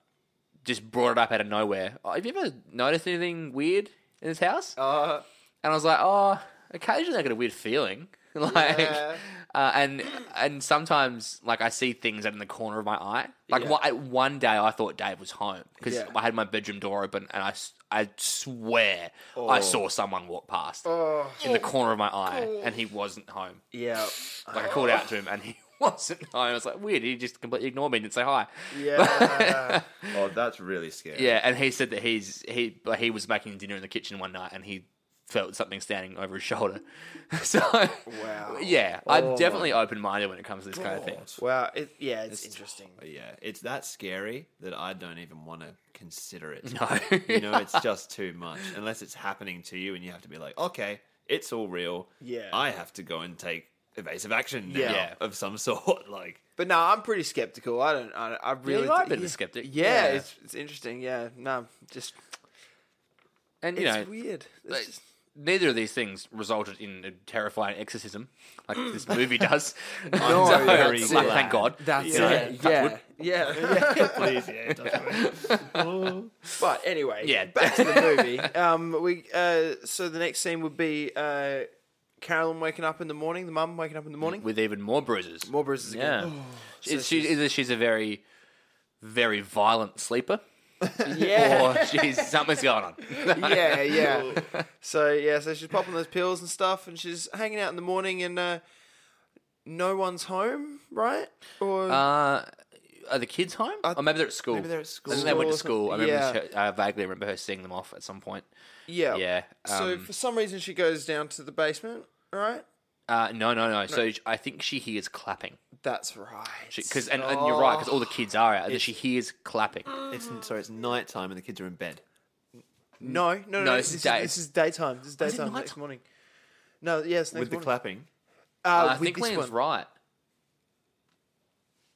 just brought it up out of nowhere. Oh, have you ever noticed anything weird in this house? Uh, And I was like, oh, occasionally I get a weird feeling. like, Yeah. uh, and and sometimes like I see things out in the corner of my eye. Like Yeah. one- I- one day I thought Dave was home because Yeah. I had my bedroom door open and I, s- I swear I saw someone walk past oh, in the corner of my eye and he wasn't home. yeah, Like I Oh. called out to him and he wasn't home. I was like, weird. He just completely ignored me and didn't say hi. yeah. Oh, that's really scary. Yeah, and he said that he's he like, he was making dinner in the kitchen one night and he felt something standing over his shoulder. so wow. yeah, Oh, I'm definitely open minded when it comes to this Oh, kind of thing. Wow. It, yeah, it's, interesting. Yeah, it's that scary that I don't even want to consider it. No, You know, it's just too much. Unless it's happening to you and you have to be like, okay, it's all real. Yeah. I have to go and take evasive action now Yeah. of some sort. Like, But no, I'm pretty skeptical. I don't. I, I really. you are a d- bit of a yeah. skeptic. Yeah, Yeah. It's, it's interesting. Yeah, no, just and you it's know, weird. It's like, just- neither of these things resulted in a terrifying exorcism like this movie does. No, So, very like, glad. thank God. that's know, it. touch Yeah, wood. yeah, please, yeah, it does work. But anyway, Yeah. back to the movie. Um, we uh, so the next scene would be uh, Carolyn waking up in the morning, the mum waking up in the morning. with even more bruises. More bruises yeah, again. It's- So she- either she's a very, very violent sleeper, Yeah, or she's something's going on. yeah, yeah. So yeah, so she's popping those pills and stuff, and she's hanging out in the morning, and uh, no one's home, right? Or Uh, are the kids home? or maybe they're at school. maybe they're at school. I think they went to School or school. I, something. remember she- I vaguely remember her seeing them off at some point. yeah, Yeah. so um, for some reason, she goes down to the basement, right? uh, no, no, no. So I think she hears clapping. That's right. Because and, and you're right, because all the kids are out. She hears clapping. It's, sorry, it's nighttime and the kids are in bed. Oh. No, no, no. No, this, it's is, day. Oh, this is daytime. This is is it daytime. next nighttime? morning. No, yes, next With the morning. clapping. Uh, I with think this Liam's one. right.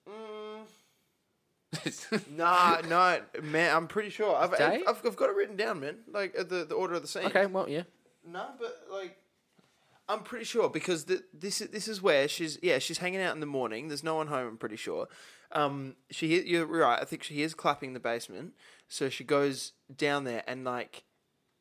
Mm. Nah, no, man. I'm pretty sure. I've, Day? I've, I've got it written down, man. Like uh, the the order of the scene. okay, well, yeah. No, but like, I'm pretty sure because th this is this is where she's yeah she's hanging out in the morning. There's no one home. I'm pretty sure. Um, she hear- you're right. I think she hears clapping in the basement, so she goes down there and like.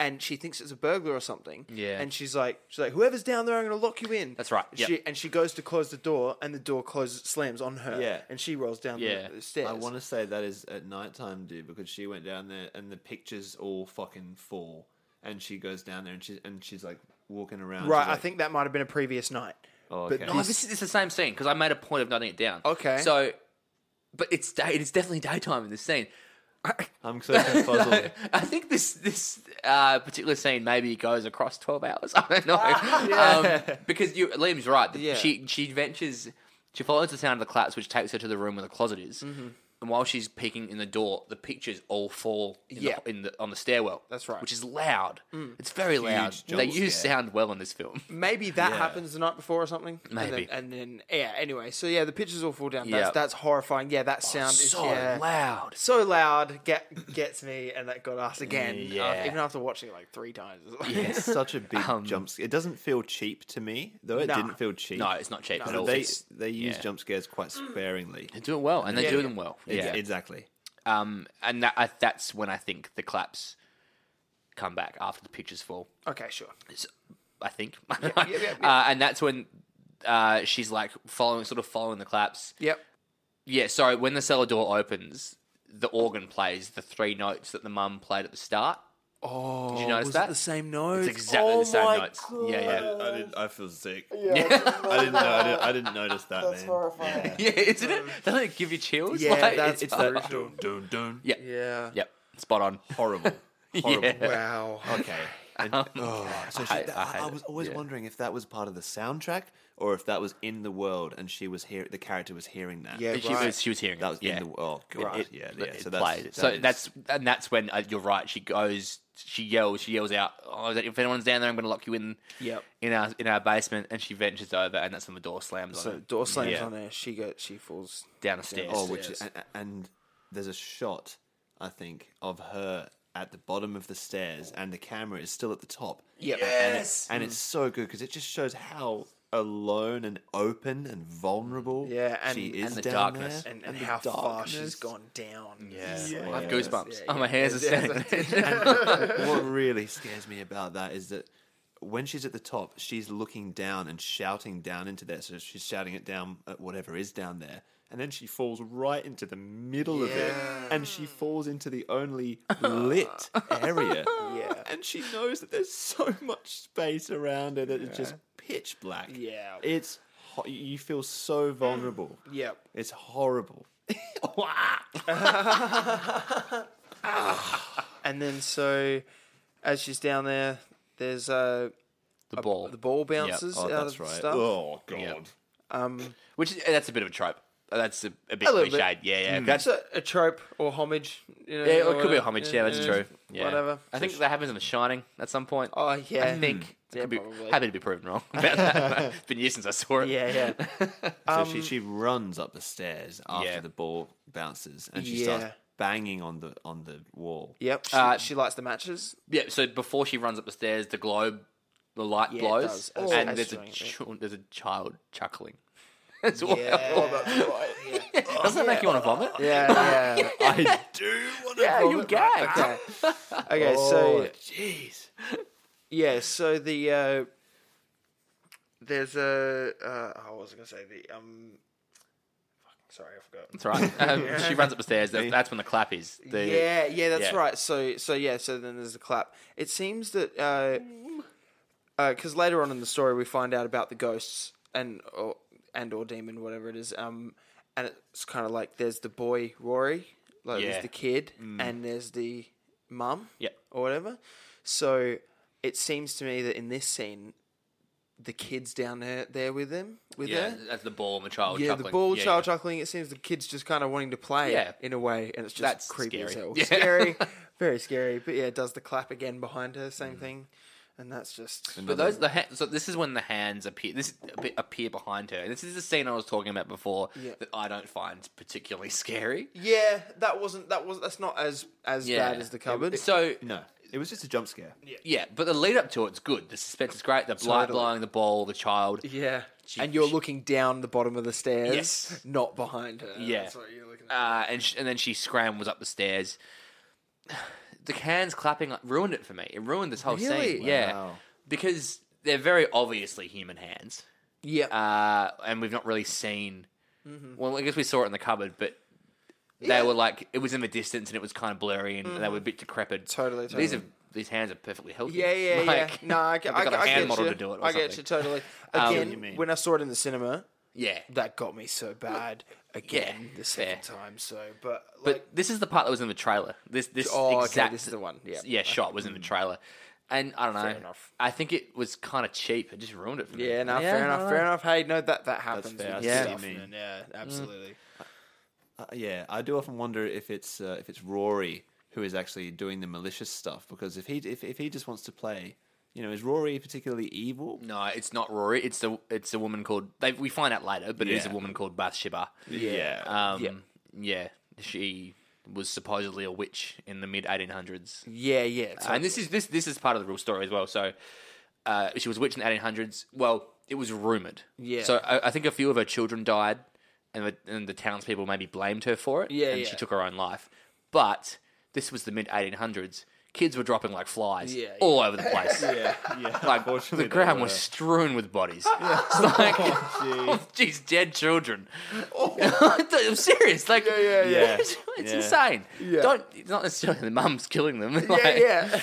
And she thinks it's a burglar or something. Yeah. And she's like, she's like, whoever's down there, I'm gonna lock you in. That's right, yep. She and she goes to close the door, and the door closes, slams on her. Yeah. And she rolls down Yeah. the stairs. I want to say that is at nighttime, dude, because she went down there and the pictures all fucking fall, and she goes down there and she and she's like walking around. Right, she's I like, think that might have been a previous night. Oh, okay. But No, this is it's the same scene because I made a point of noting it down. Okay. So, but it's day. It's definitely daytime in this scene. I'm so confuzzled. I think this this uh, particular scene maybe goes across twelve hours. I don't know um, because you, Liam's right. The- Yeah. She she ventures. She follows the sound of the claps, which takes her to the room where the closet is. Mm-hmm. And while she's peeking in the door, the pictures all fall in Yeah. the, in the, on the stairwell. That's right. Mm. Which is loud. It's very loud. jump They use scare. sound well in this film. Maybe that Yeah. happens the night before or something. Maybe. And then, and then yeah. Anyway, so yeah, the pictures all fall down. Yeah. That's, that's horrifying. Yeah, that sound is Oh, so yeah, loud. So loud get gets me, and that got us again. Yeah. uh, even after watching it like three times. it's such a big Um, jump scare. It doesn't feel cheap to me, though. It Nah. didn't feel cheap. No, it's not cheap at But all. they It's- they use yeah. jump scares quite sparingly. they do it well, and they Yeah. do them well. Yeah. Ex- exactly. Um, and that, I, that's when I think the claps come back after the pictures fall. okay, sure. s- I think. yeah, yeah. Uh, and that's when uh, she's like following, sort of following the claps. Yep. Yeah, sorry. When the cellar door opens, the organ plays the three notes that the mum played at the start. Oh, you notice was that? It the same note. It's exactly the same notes. Yeah, I, yeah. did, I, did, I feel sick. Oh Yeah. I didn't know. I, did, I didn't notice that. That's man. horrifying. Yeah, isn't it? Doesn't it give you chills? Yeah, Like, that's it's, brutal. that- Dun, dun, dun. Yeah. Yeah. Yep, spot on. Horrible. Horrible. Yeah. Wow. Okay. And- oh, so she, Um, I- that- I I, hate I it. was always Yeah. wondering if that was part of the soundtrack or if that was in the world and she was hear the character was hearing that. Yeah, She right. was, she was hearing That was it. yeah. in the world. Oh, Right. yeah, But yeah. it So that's played. that so is- that's and that's when uh, you're right. She goes, she yells, she yells out. Oh, if anyone's down there, I'm going to lock you in. Yep. In our in our basement, and she ventures over, and that's when the door slams on So her door slams Yeah. on her. She goes. She falls. down the stairs. oh, which Yes. is, and, and there's a shot I think of her at the bottom of the stairs and the camera is still at the top. Yep. And, it- Yes. and it's so good because it just shows how alone and open and vulnerable Yeah, and- she and is the down darkness. there. And, and, the how far darkness. she's gone down. yeah. Yeah. I have Yeah. goosebumps. Yeah, Oh, my hands are yeah. standing. what really scares me about that is that when she's at the top, she's looking down and shouting down into there. So she's shouting it down at whatever is down there. And then she falls right into the middle of it. Yeah. And she falls into the only lit area. Yeah. And she knows that there's so much space around her that it's just pitch black. Yeah. Mm. It's ho- you feel so vulnerable. Yep. It's horrible. And then so, as she's down there, there's uh, the ball. the ball bounces Oh, out that's of the right. stuff. Oh god. Yep. Um, Which is, eh, that's a bit of a trope. Oh, That's a, a bit A little bit. cliched. Yeah, yeah. That's that's a, a trope or homage. You know, yeah, it could or be a whatever. homage. Yeah, that's true. Yeah. Whatever. I think that happens in The Shining at some point. Oh yeah. I think. Yeah, Could be- probably. happy to be proven wrong about that. it's been years since I saw it. Yeah, yeah. So Um, she, she runs up the stairs after Yeah. the ball bounces and she Yeah. starts banging on the on the wall. Yep. She, Uh, she lights the matches. Yeah, so before she runs up the stairs, the globe, the light Yeah, it blows, does. Oh, As- and as there's she a rings it. ch- there's a child chuckling. That's all- right. Doesn't that make you want to vomit? Yeah, yeah. I do want to. Yeah, you gagged. okay. Okay, Oh, so jeez. yeah, so the uh, there's a uh, I was I gonna say the um. fuck, Sorry, I forgot. That's right. Um, She runs up the stairs. that- That's when the clap is. The, yeah, yeah, that's yeah. right. So, so yeah, so then there's the clap. It seems that uh, because later on in the story we find out about the ghosts and or, and or demon, whatever it is. Um, and it's kind of like there's the boy Rory, like Yeah. Mm. there's the kid, and there's the mum, Yep. or whatever. So it seems to me that in this scene, the kid's down there, there with him, with Yeah, her. that's the ball and the child Yeah, chuckling. the ball Yeah, child yeah. chuckling. It seems the kid's just kind of wanting to play Yeah. in a way, and it's just That's creepy as scary. hell. Yeah. Scary, very scary. But yeah, it does the clap again behind her, Mm. same thing, and that's just But those the ha- so this is when the hands appear. This appe- appear behind her. And this is the scene I was talking about before Yeah. that I don't find particularly scary. yeah. That wasn't that was that's not as as Yeah. bad as the cupboard. So No, it was just a jump scare. yeah, but the lead up to it's good. The suspense is great. The blood Totally. blowing, the ball, the child. yeah, and you're looking down the bottom of the stairs, Yes. not behind her. Yeah. that's what you're looking at. uh, and sh- and then she scrambles up the stairs. The cans clapping like, ruined it for me. It ruined this whole Really? scene. Yeah, Wow. because they're very obviously human hands, yeah, uh, and we've not really seen. Mm-hmm. Well, I guess we saw it in the cupboard, but they were like it was in the distance and it was kind of blurry and they were a bit decrepit. Totally, These are totally. these hands are perfectly healthy. Mm. Yeah, yeah, Like, yeah. No, I, get- they've I, got get- a I hand get model you. to do it. Or I get you something. Um, totally. what Again, you mean. when I saw it in the cinema, Yeah, that got me so bad again the second fair. time. So, but But like, this is the part that was in the trailer. This this Oh, okay, exact this is the one. Yeah. Mm. yeah shot was in the trailer, and I don't know. enough. I think it was kind of cheap. It just ruined it for me. yeah, no, fair enough, I fair enough. Hey, no, that that happens. fair, with I this see what Mm. stuff, you mean. man. Yeah, absolutely. Uh, yeah, I do often wonder if it's uh, if it's Rory who is actually doing the malicious stuff because if he if, if he just wants to play, you know, is Rory particularly evil? don't know. No, it's not Rory. It's the it's a woman called. They, we find out later, but it is a Yeah. woman called Bathsheba. Yeah. Um, yeah. she was supposedly a witch in the mid 1800s. Yeah, yeah. totally. And this is this this is part of the real story as well. So uh, she was a witch in the 1800s. Well, it was rumored. Yeah. So I, I think a few of her children died, and the, and the townspeople maybe blamed her for it. Yeah, And yeah. she took her own life. But this was the mid 1800s. kids were dropping like flies Yeah, yeah. all over the place. Yeah, yeah. Like unfortunately the they ground were. was strewn with bodies. It's like, Oh, oh, geez, dead children. I'm serious. Like, Oh. yeah, yeah. Yeah. it's, it's yeah. insane. Yeah. Don't. It's not necessarily the mum's killing them. Yeah, Like, yeah.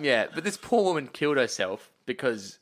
yeah, but this poor woman killed herself because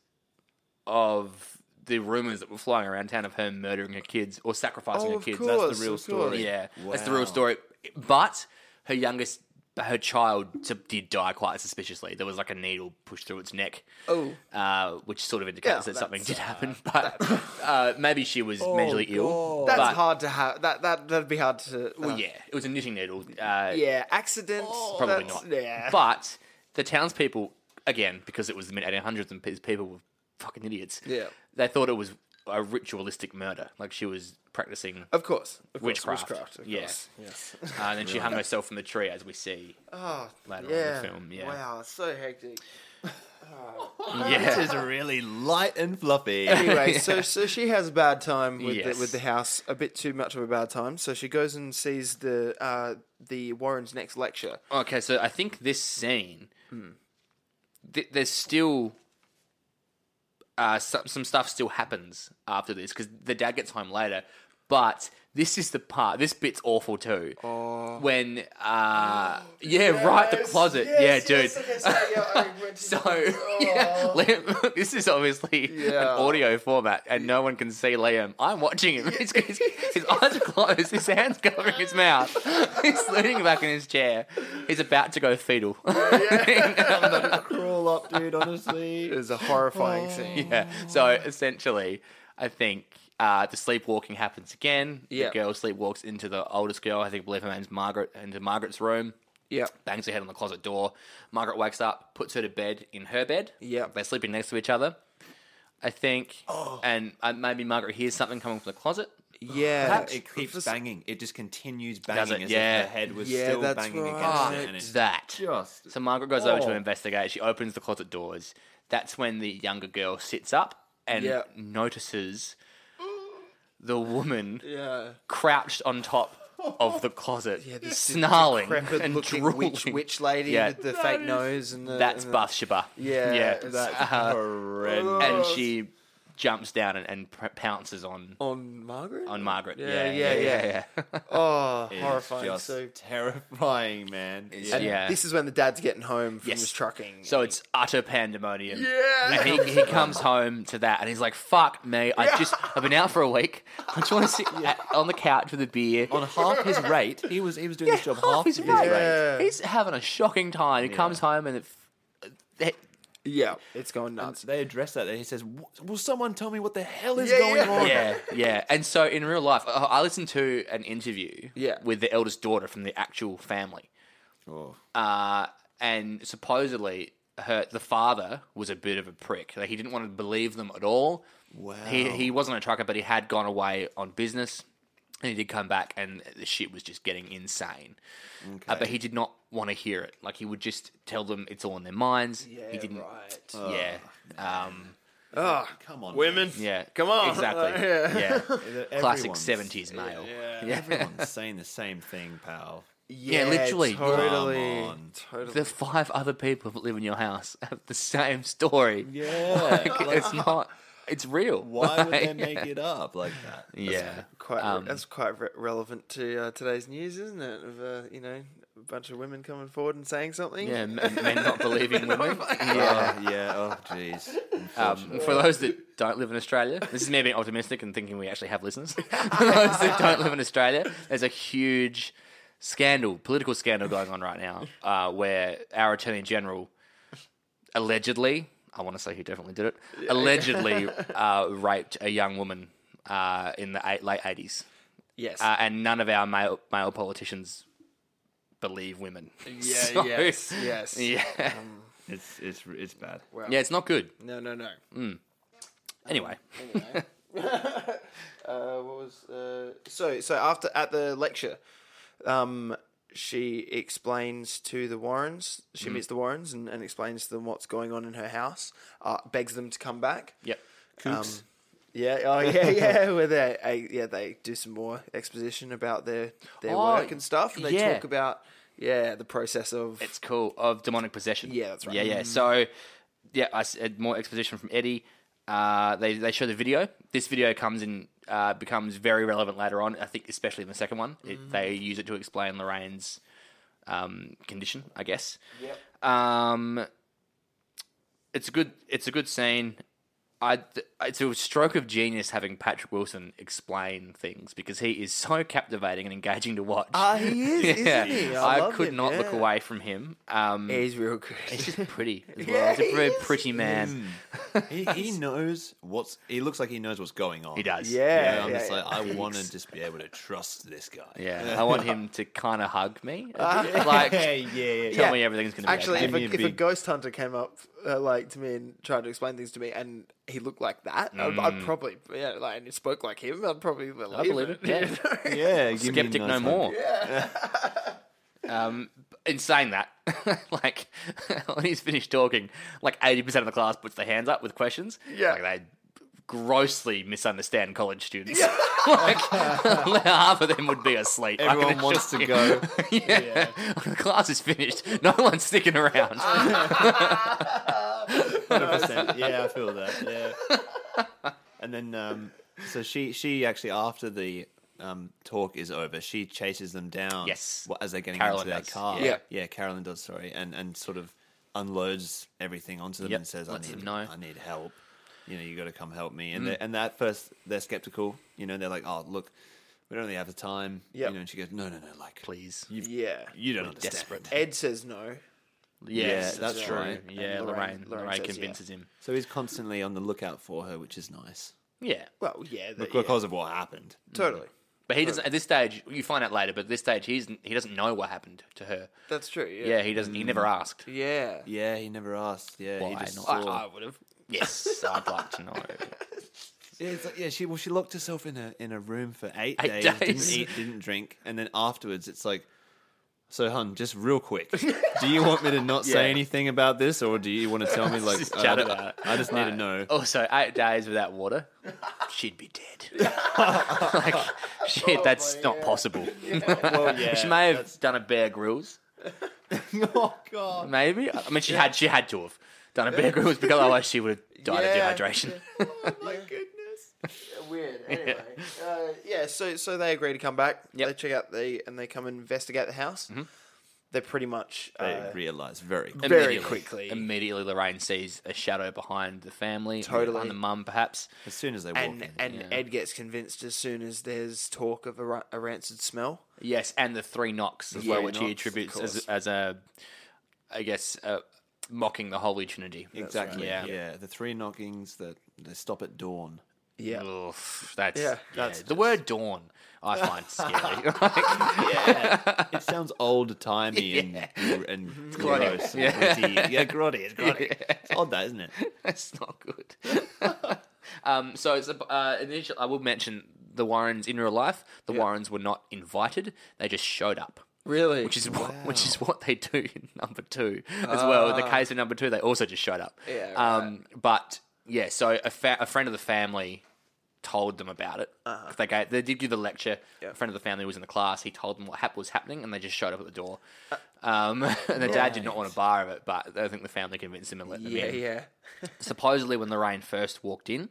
of the rumors that were flying around town of her murdering her kids or sacrificing Oh, her of kids. course. That's the real of course. story. Yeah, that's the Wow. real story. But her youngest, her child t- did die quite suspiciously. There was like a needle pushed through its neck, Oh. uh, which sort of indicates Yeah, that that's, Oh, something did happen. But uh, maybe she was mentally ill. That's but, hard to have. That that that'd be hard to. Well, uh, yeah, it was a knitting needle. Uh, Yeah, accidents. Probably that's- not. Yeah. But the townspeople, again, because it was the mid 1800s and these people were fucking idiots, Yeah. they thought it was a ritualistic murder. Like she was practicing of course. Of course, witchcraft. witchcraft, of yes. course. yes. Uh, and then she hung herself from the tree, as we see Oh, later yeah. on in the film. Yeah. Wow, it's so hectic. Yeah. This is really light and fluffy. Anyway, so so she has a bad time with Yes. the, with the house, a bit too much of a bad time. So she goes and sees the uh, the Warrens' next lecture. Okay, so I think this scene, th- there's still uh, some some stuff still happens after this because the dad gets home later, but this is the part. This bit's awful too. When uh, yeah, right, the closet. yeah, dude. So Oh, yeah, Liam, this is obviously an Oh. Yeah. audio format, and no one can see Liam. I'm watching him. His, his, his eyes are closed. His hands covering his mouth. He's leaning back in his chair. He's about to go fetal. Crawl up, dude. Honestly. it was a horrifying scene. yeah. So essentially, I think uh, the sleepwalking happens again. Yeah. The girl sleepwalks into the oldest girl. I think I believe her name's Margaret. Into Margaret's room. Yeah, Bangs her head on the closet door. Margaret wakes up, puts her to bed in her bed. Yeah. They're sleeping next to each other. I think. Oh. And uh, maybe Margaret hears something coming from the closet. yeah. It keeps banging. It just continues Does banging it? as Yeah. if her head was Yeah, still that's banging right. against it. And it's That. just So Margaret goes over to Oh. investigate. She opens the closet doors. That's when the younger girl sits up and Yeah. notices the woman Yeah. crouched on top of the closet, Yeah, this snarling decrepit and looking drooling. witch, witch lady Yeah. with the fake nose and the That's and the, Bathsheba. Yeah, yeah. that's- Uh, horrendous. and she jumps down and, and p- pounces on on Margaret. on Margaret. Yeah, Yeah, yeah, yeah. Oh, It's horrifying. Just so terrifying, man. It's- and And yeah. this is when the dad's getting home from Yes. his trucking. So it's utter pandemonium. yeah. He, he comes home to that and he's like, "Fuck me! I just I've been out for a week. I just want to sit at- on the couch with a beer." On half his rate, he was he was doing this job half, Half his rate. rate. Yeah. He's having a shocking time. He comes home and it, it, yeah, it's going nuts. They address that. And he says, "Wha- "Will someone tell me what the hell is Yeah, going yeah. on?" yeah, yeah. And so in real life, I, I listened to an interview Yeah. with the eldest daughter from the actual family, Oh. uh, and supposedly her the father was a bit of a prick. Like he didn't want to believe them at all. Wow. He he wasn't a trucker, but he had gone away on business, and he did come back, and the shit was just getting insane. Uh, but he did not want to hear it. Like he would just tell them it's all in their minds. he didn't. right. Yeah. Um, Oh, Come on, women. yeah. Come on. Exactly. Yeah. Yeah. Everyone's- Classic seventies male. Everyone's saying the same thing, pal. Yeah, literally. Totally. Come on. Totally. the five other people that live in your house have the same story. Yeah. Like, it's not. It's real. Why would they Like, make it up like that? Yeah. quite re- um, that's quite re- relevant to uh, today's news, isn't it? Of uh, you know, a bunch of women coming forward and saying something. Yeah, m- men not believing women. Yeah. yeah. Oh, jeez. Um, for those that don't live in Australia, this is me being optimistic and thinking we actually have listeners. for those that don't live in Australia, there's a huge scandal, political scandal going on right now, uh, where our Attorney General allegedly, I want to say he definitely did it, allegedly uh, raped a young woman uh, in the eight, late 80s. Yes. uh, and none of our male male politicians believe women. yeah. So- yes. Yes. yeah, It's it's it's bad. yeah, it's not good. No. No. No. Mm. Anyway, Anyway. uh, what was uh, so so after at the lecture um she explains to the warrens she Mm. meets the warrens and, and explains to them what's going on in her house uh, begs them to come back yep. Kooks. yeah oh yeah yeah where they uh, yeah they do some more exposition about their their Oh, work and stuff and they yeah. talk about Yeah, the process of It's cool. Of demonic possession. Yeah, that's right. Yeah, yeah. So, yeah, I said more exposition from Eddie. Uh, they they show the video. This video comes in uh, becomes very relevant later on. I think especially in the second one, it, they Mm-hmm. use it to explain Lorraine's um, condition. I guess. Yep. Um, it's a good it's a good scene. I it's a stroke of genius having Patrick Wilson explain things because he is so captivating and engaging to watch. Ah, he is, isn't he? I I, love could him, not look yeah. away from him. Um, Yeah, he's real good. he's just pretty as well. Yeah, he's a he very is. Mm. pretty man. He, he knows what's. He looks like he knows what's going on. He does. Yeah, I'm yeah, just like, yeah. I want to just be able to trust this guy. Yeah, I want him to kind of hug me, a bit. like yeah, tell yeah. yeah. Uh, Yeah. me everything's going to be Actually, okay. if a, Give me if a a big- ghost hunter came up uh, like to me and tried to explain things to me, and he looked like that, I'd, I'd probably yeah, like and he spoke like him, I'd probably believe, Mm. believe it. it, you know? Yeah, give me a skeptic no nice hug. more. um, in saying that, like when he's finished talking, like eighty percent of the class puts their hands up with questions. Yeah. like they grossly misunderstand college students. like half of them would be asleep. I can Everyone wants assure to you. go. yeah. the class is finished. No one's sticking around. 100%. Yeah, I feel that. Yeah. And then, um, so she she actually after the um, talk is over, she chases them down. Yes. wha- as they're getting Carolyn into their does. car. Yeah. yeah, Carolyn does. Sorry, and and sort of unloads everything onto them Yep, and says, "I lets them need, know. Mm. I need help. You know, you got to come help me." And they and at first they're skeptical. You know, they're like, "Oh, look, we don't really have the time." Yeah, Yep. you know, and she goes, "No, no, no, like, Please. you, yeah. you don't understand." desperate. Ed says no. Yes, Yeah, that's that's right. true. And Yeah, Lorraine- Lorraine. Lorraine, Lorraine says, yeah. convinces him. So he's constantly on the lookout for her, which is nice Yeah, Well, yeah, that, yeah. because of what happened. totally. but he doesn't. At this stage, you find out later. But at this stage, he's he doesn't know what happened to her. That's true. Yeah. Yeah, he doesn't. He never asked. Yeah. Yeah, he never asked. Yeah, he Why just not? saw. I, I would have. Yes, I'd like to know. yeah, it's like, yeah, she well, she locked herself in a in a room for eight, Eight days, days. didn't eat, didn't drink, and then afterwards, it's like, so, hun, just real quick, do you want me to not Yeah. say anything about this, or do you want to tell me like, Just uh, chat about it. oh, I just need to know? Also, eight days without water, she'd be dead. like, shit, that's not possible. Well, yeah, she may have done a Bear Grylls, oh god, maybe. I mean, she had she had to have done a Bear Grylls because otherwise she would have died Yeah. of dehydration. Oh my goodness. Weird. Anyway, uh, yeah. So so they agree to come back. Yep. Mm-hmm. They check out the and they come and investigate the house. They're pretty much. Uh, they realize very quick. Very Immediately- quickly. Immediately, Lorraine sees a shadow behind the family, Totally. behind the mum, perhaps. as soon as they walk and in. and yeah. Ed gets convinced as soon as there's talk of a, ra- a rancid smell. Yes, and the three knocks as well, Yeah, which knocks, he of attributes as, course. as a, I guess, uh, mocking the Holy Trinity. Exactly. right. Yeah. The three knockings that they stop at dawn. Yeah. Oof, that's Yeah, yeah, that's the word dawn. I find scary. It sounds old timey Yeah. and and grotty. gross. and Yeah. gritty. Yeah, grotty. It's grotty. It's odd, that isn't it? that's not good. um, so it's a, uh, initial. I will mention the Warrens in real life. The Warrens were not invited; they just showed up. Really? Which is what, which is what they do in number two as well. In the case of number two, they also just showed up. Ah. Yeah, Um, but yeah, so a, fa- a friend of the family told them about it. Uh-huh. They gave, they did do the lecture. A friend of the family was in the class. He told them what hap- was happening, and they just showed up at the door. Uh, Um, and the dad did not want a bar of it, but I think the family convinced him and let them yeah, in. yeah. Supposedly, when Lorraine first walked in,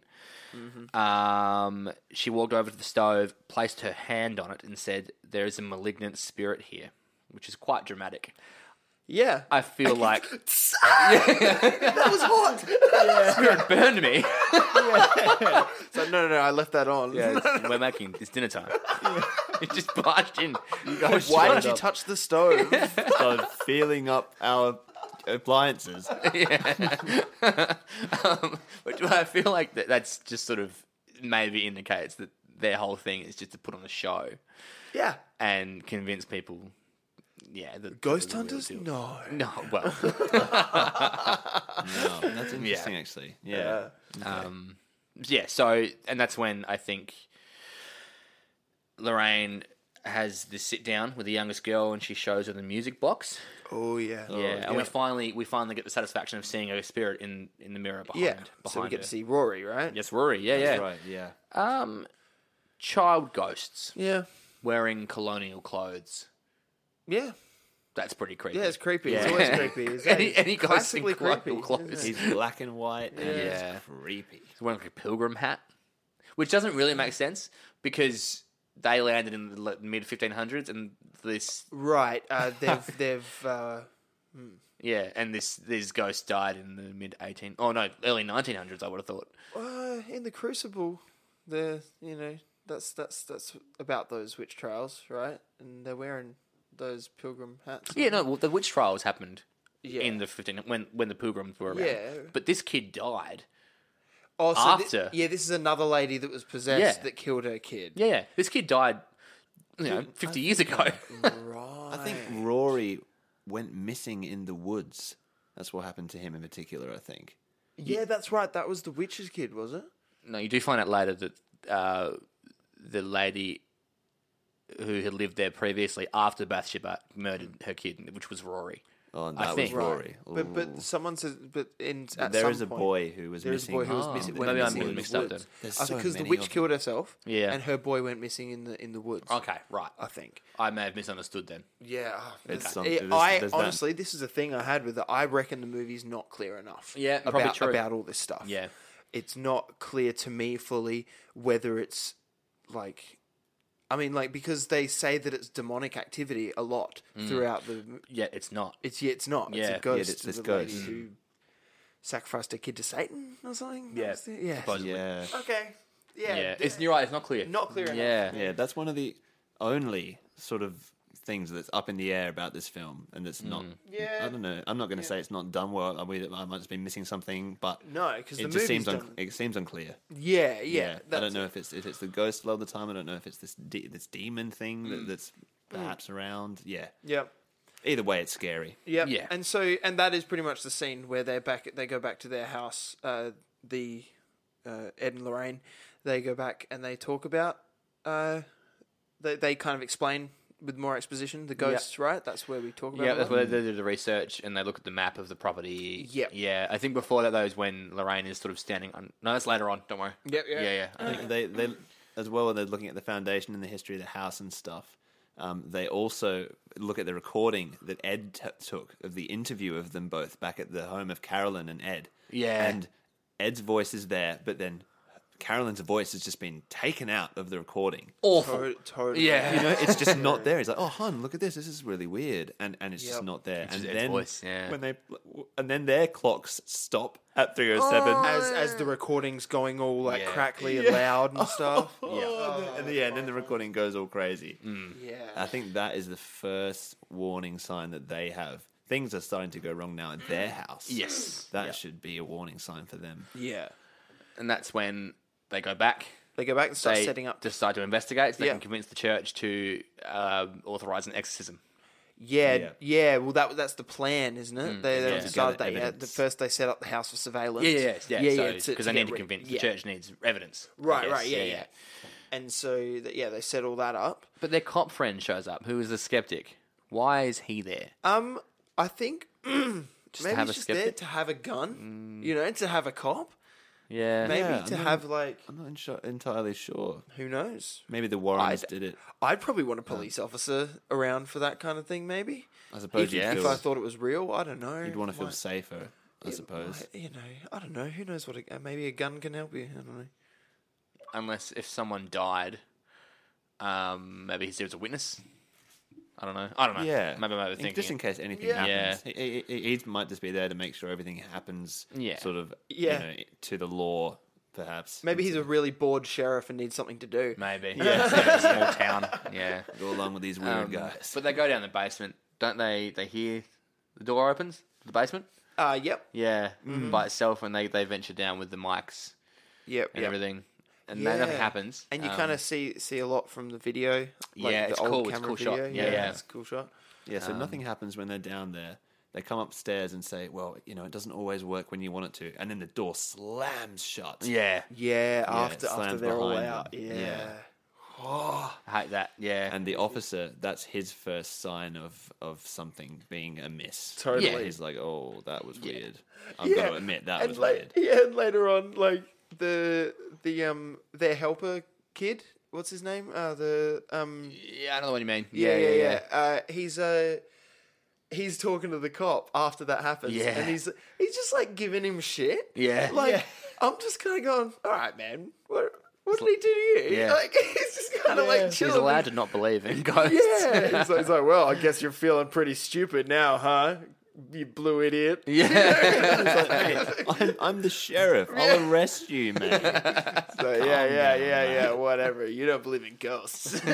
Mm-hmm. um, she walked over to the stove, placed her hand on it, and said, "There is a malignant spirit here," which is quite dramatic. Yeah. I feel like that was hot. spirit burned me. so no, no, no. I left that on. We're making it's dinner time. it just barged in. Why Straight did you up. touch the stove? started feeling up our appliances. um, but do I feel like that, that's just sort of maybe indicates that their whole thing is just to put on a show yeah. and convince people. Yeah, that Ghost that was the real hunters? deal. No. No, well, No, that's interesting, actually. Yeah. um, yeah. So, and that's when I think Lorraine has this sit down with the youngest girl, and she shows her the music box. Oh yeah. Yeah, and yeah. we finally we finally get the satisfaction of seeing her spirit in in the mirror behind. Yeah. behind So we get her. to see Rory, right? Yes, Rory. Yeah, yeah. That's right. Yeah. Um, child ghosts Yeah. wearing colonial clothes. Yeah. That's pretty creepy. Yeah, it's creepy. It's Yeah. always creepy. It's Any- like any guy classically in clo- clothes. isn't it? He's black and white and Yeah. it's creepy. He's wearing like a pilgrim hat, which doesn't really make sense because they landed in the mid 1500s and this, Right. Uh, they've they've uh, yeah, and this these ghost died in the mid 18, oh no, early 1900s. I would have thought. uh, in the Crucible, the you know that's that's that's about those witch trials, right? And they're wearing those pilgrim hats. Yeah, no, well, the witch trials happened Yeah. in the 15 when when the pilgrims were around. Yeah. But this kid died. Oh, so thi- after. yeah, this is another lady that was possessed Yeah. that killed her kid. Yeah, yeah. This kid died, you know, 50 years ago. Right. I think Rory went missing in the woods. That's what happened to him in particular, I think. Yeah, that's right. That was the witch's kid, was it? no, you do find out later that uh, the lady who had lived there previously after Bathsheba murdered her kid, which was Rory. Oh, and I that was think. Right. Rory. But Ooh. but someone says but in But at there some is a point- boy who was There is a missing. Oh. boy who was Ah, missing. maybe went I'm missing getting in the mixed up woods. then. There's Uh, so because the many witch of killed herself. Yeah. and her boy went missing in the in the woods. Okay, right. I think. I may have misunderstood then. Yeah, It's It's- something- it- there's- I there's that. honestly, this is a thing I had with it. I reckon the movie's not clear enough. Yeah, probably about true. about all this stuff. Yeah. it's not clear to me fully whether it's like. I mean, like because they say that it's demonic activity a lot throughout the. Yeah, it's not. It's yeah, it's not. Yeah. it's Mm. Yeah, Mm. a ghost. it's this of the lady ghost. who sacrificed her kid to Satan or something. Yeah. That was the- yeah. Supposedly. Yeah. Okay. Yeah. Yeah. It's, you're right, it's not clear. Not clear enough. Yeah. Yeah, that's one of the only sort of things that's up in the air about this film, and it's not. Yeah. I don't know. I'm not going to say it's not done well. I, mean, I might just be missing something, but No, because the it movie's just seems done- un- it seems unclear. yeah, yeah. I that's don't know if it's if it's the ghost a lot of the time. I don't know if it's this de- this demon thing that, that's perhaps around. Yeah. Yep. Either way, it's scary. Yep. Yeah. And so, and that is pretty much the scene where they're back. They go back to their house. Uh, the uh, Ed and Lorraine, they go back and they talk about. Uh, they they kind of explain with more exposition the ghosts, right? That's where we talk about. Yeah, it a that's lot. where they do the research and they look at the map of the property. Yep. Yeah, I think before that, though, is when Lorraine is sort of standing on. No, that's later on. Don't worry. Yep, yeah. Yeah, yeah. I think- they they as well they're looking at the foundation and the history of the house and stuff. Um, they also look at the recording that Ed t- took of the interview of them both back at the home of Carolyn and Ed. Yeah. and Ed's voice is there, but then Carolyn's voice has just been taken out of the recording. Awful. To- totally. Yeah. You know, it's just not there. He's like, "Oh, hon, look at this. This is really weird," and and it's Yep. just not there. and just Ed's then voice, yeah. when they and then their clocks stop at three oh seven. As as the recording's going all like Yeah. crackly and loud and stuff. Oh. yeah, and, the, yeah, and then the recording goes all crazy. Mm. I Mm. yeah. think that is the first warning sign that they have. Things are starting to go wrong now at their house. Yes. That should be a warning sign for them. Yeah. and that's when they go back. They go back and start They setting up. decide to investigate. So they Yeah. can convince the church to um authorize an exorcism. Yeah, yeah, Yeah. Well, that that's the plan, isn't it? they they yeah. decided that Gather yeah, the evidence. first they set up the house for surveillance. Because to- they get need to rid- convince yeah. the church needs evidence. I Right, guess. right, yeah, yeah. And so that, yeah, they set all that up. But their cop friend shows up, who is a skeptic. Why is he there? Um, I think just maybe have it's a just there skeptic? to have a gun, you know, to have a cop, yeah, maybe Yeah, to I mean- have like I'm not insure- entirely sure. who knows. Maybe the Warrens I'd- did it. I'd probably want a police officer around for that kind of thing, maybe. I suppose if, you'd if feel- I thought it was real, I don't know. You'd want to feel Might- safer, I suppose. might- you know, I don't know. Who knows what? A, maybe a gun can help you. I don't know. unless if someone died, um, maybe he's there as a witness. I don't know. I don't know. Yeah. maybe I'm In- overthinking. Just it. in case anything Yeah. happens. He, he, he might just be there to make sure everything happens Yeah. sort of Yeah. you know, to the law, perhaps. Maybe he's a really bored sheriff and needs something to do. Maybe. Yeah. yeah small town. Yeah. Go along with these weird Um, guys. But they go down the basement, don't they? They hear the door opens to the basement. Uh, yep, Yeah, by itself, and they they venture down with the mics yep, and yep. everything, and that nothing Yeah. happens. And you Um, kind of see see a lot from the video. Like Yeah, the it's old cool, it's a Camera cool video. shot. Yeah, yeah. it's a cool shot. Yeah, so Um, nothing happens when they're down there. They come upstairs and say, "Well, you know, it doesn't always work when you want it to," and then the door slams shut. yeah, Yeah, after after it slams they're all behind out. them. Yeah. Oh, Yeah. I hate that. Yeah, and the officer—that's his first sign of of something being amiss. Totally. Yeah. he's like, "Oh, that was weird." I've got to Yeah, admit that and was la- weird. Yeah, and later on, like the the um their helper kid, what's his name? Uh, the um yeah, I know what you mean. yeah yeah yeah. Uh, he's uh he's talking to the cop after that happens, Yeah. and he's he's just like giving him shit. Yeah. like Yeah. I'm just kind of going, all right, man, what what did he do to you? Yeah. Like he's just kind of Yeah. like He's chilling. He's allowed to not believe in ghosts. Yeah, he's like, he's like, well, I guess you're feeling pretty stupid now, huh? You blue idiot. yeah. I'm, I'm the sheriff. I'll arrest you, man. So, yeah, yeah, yeah, yeah, whatever. You don't believe in ghosts.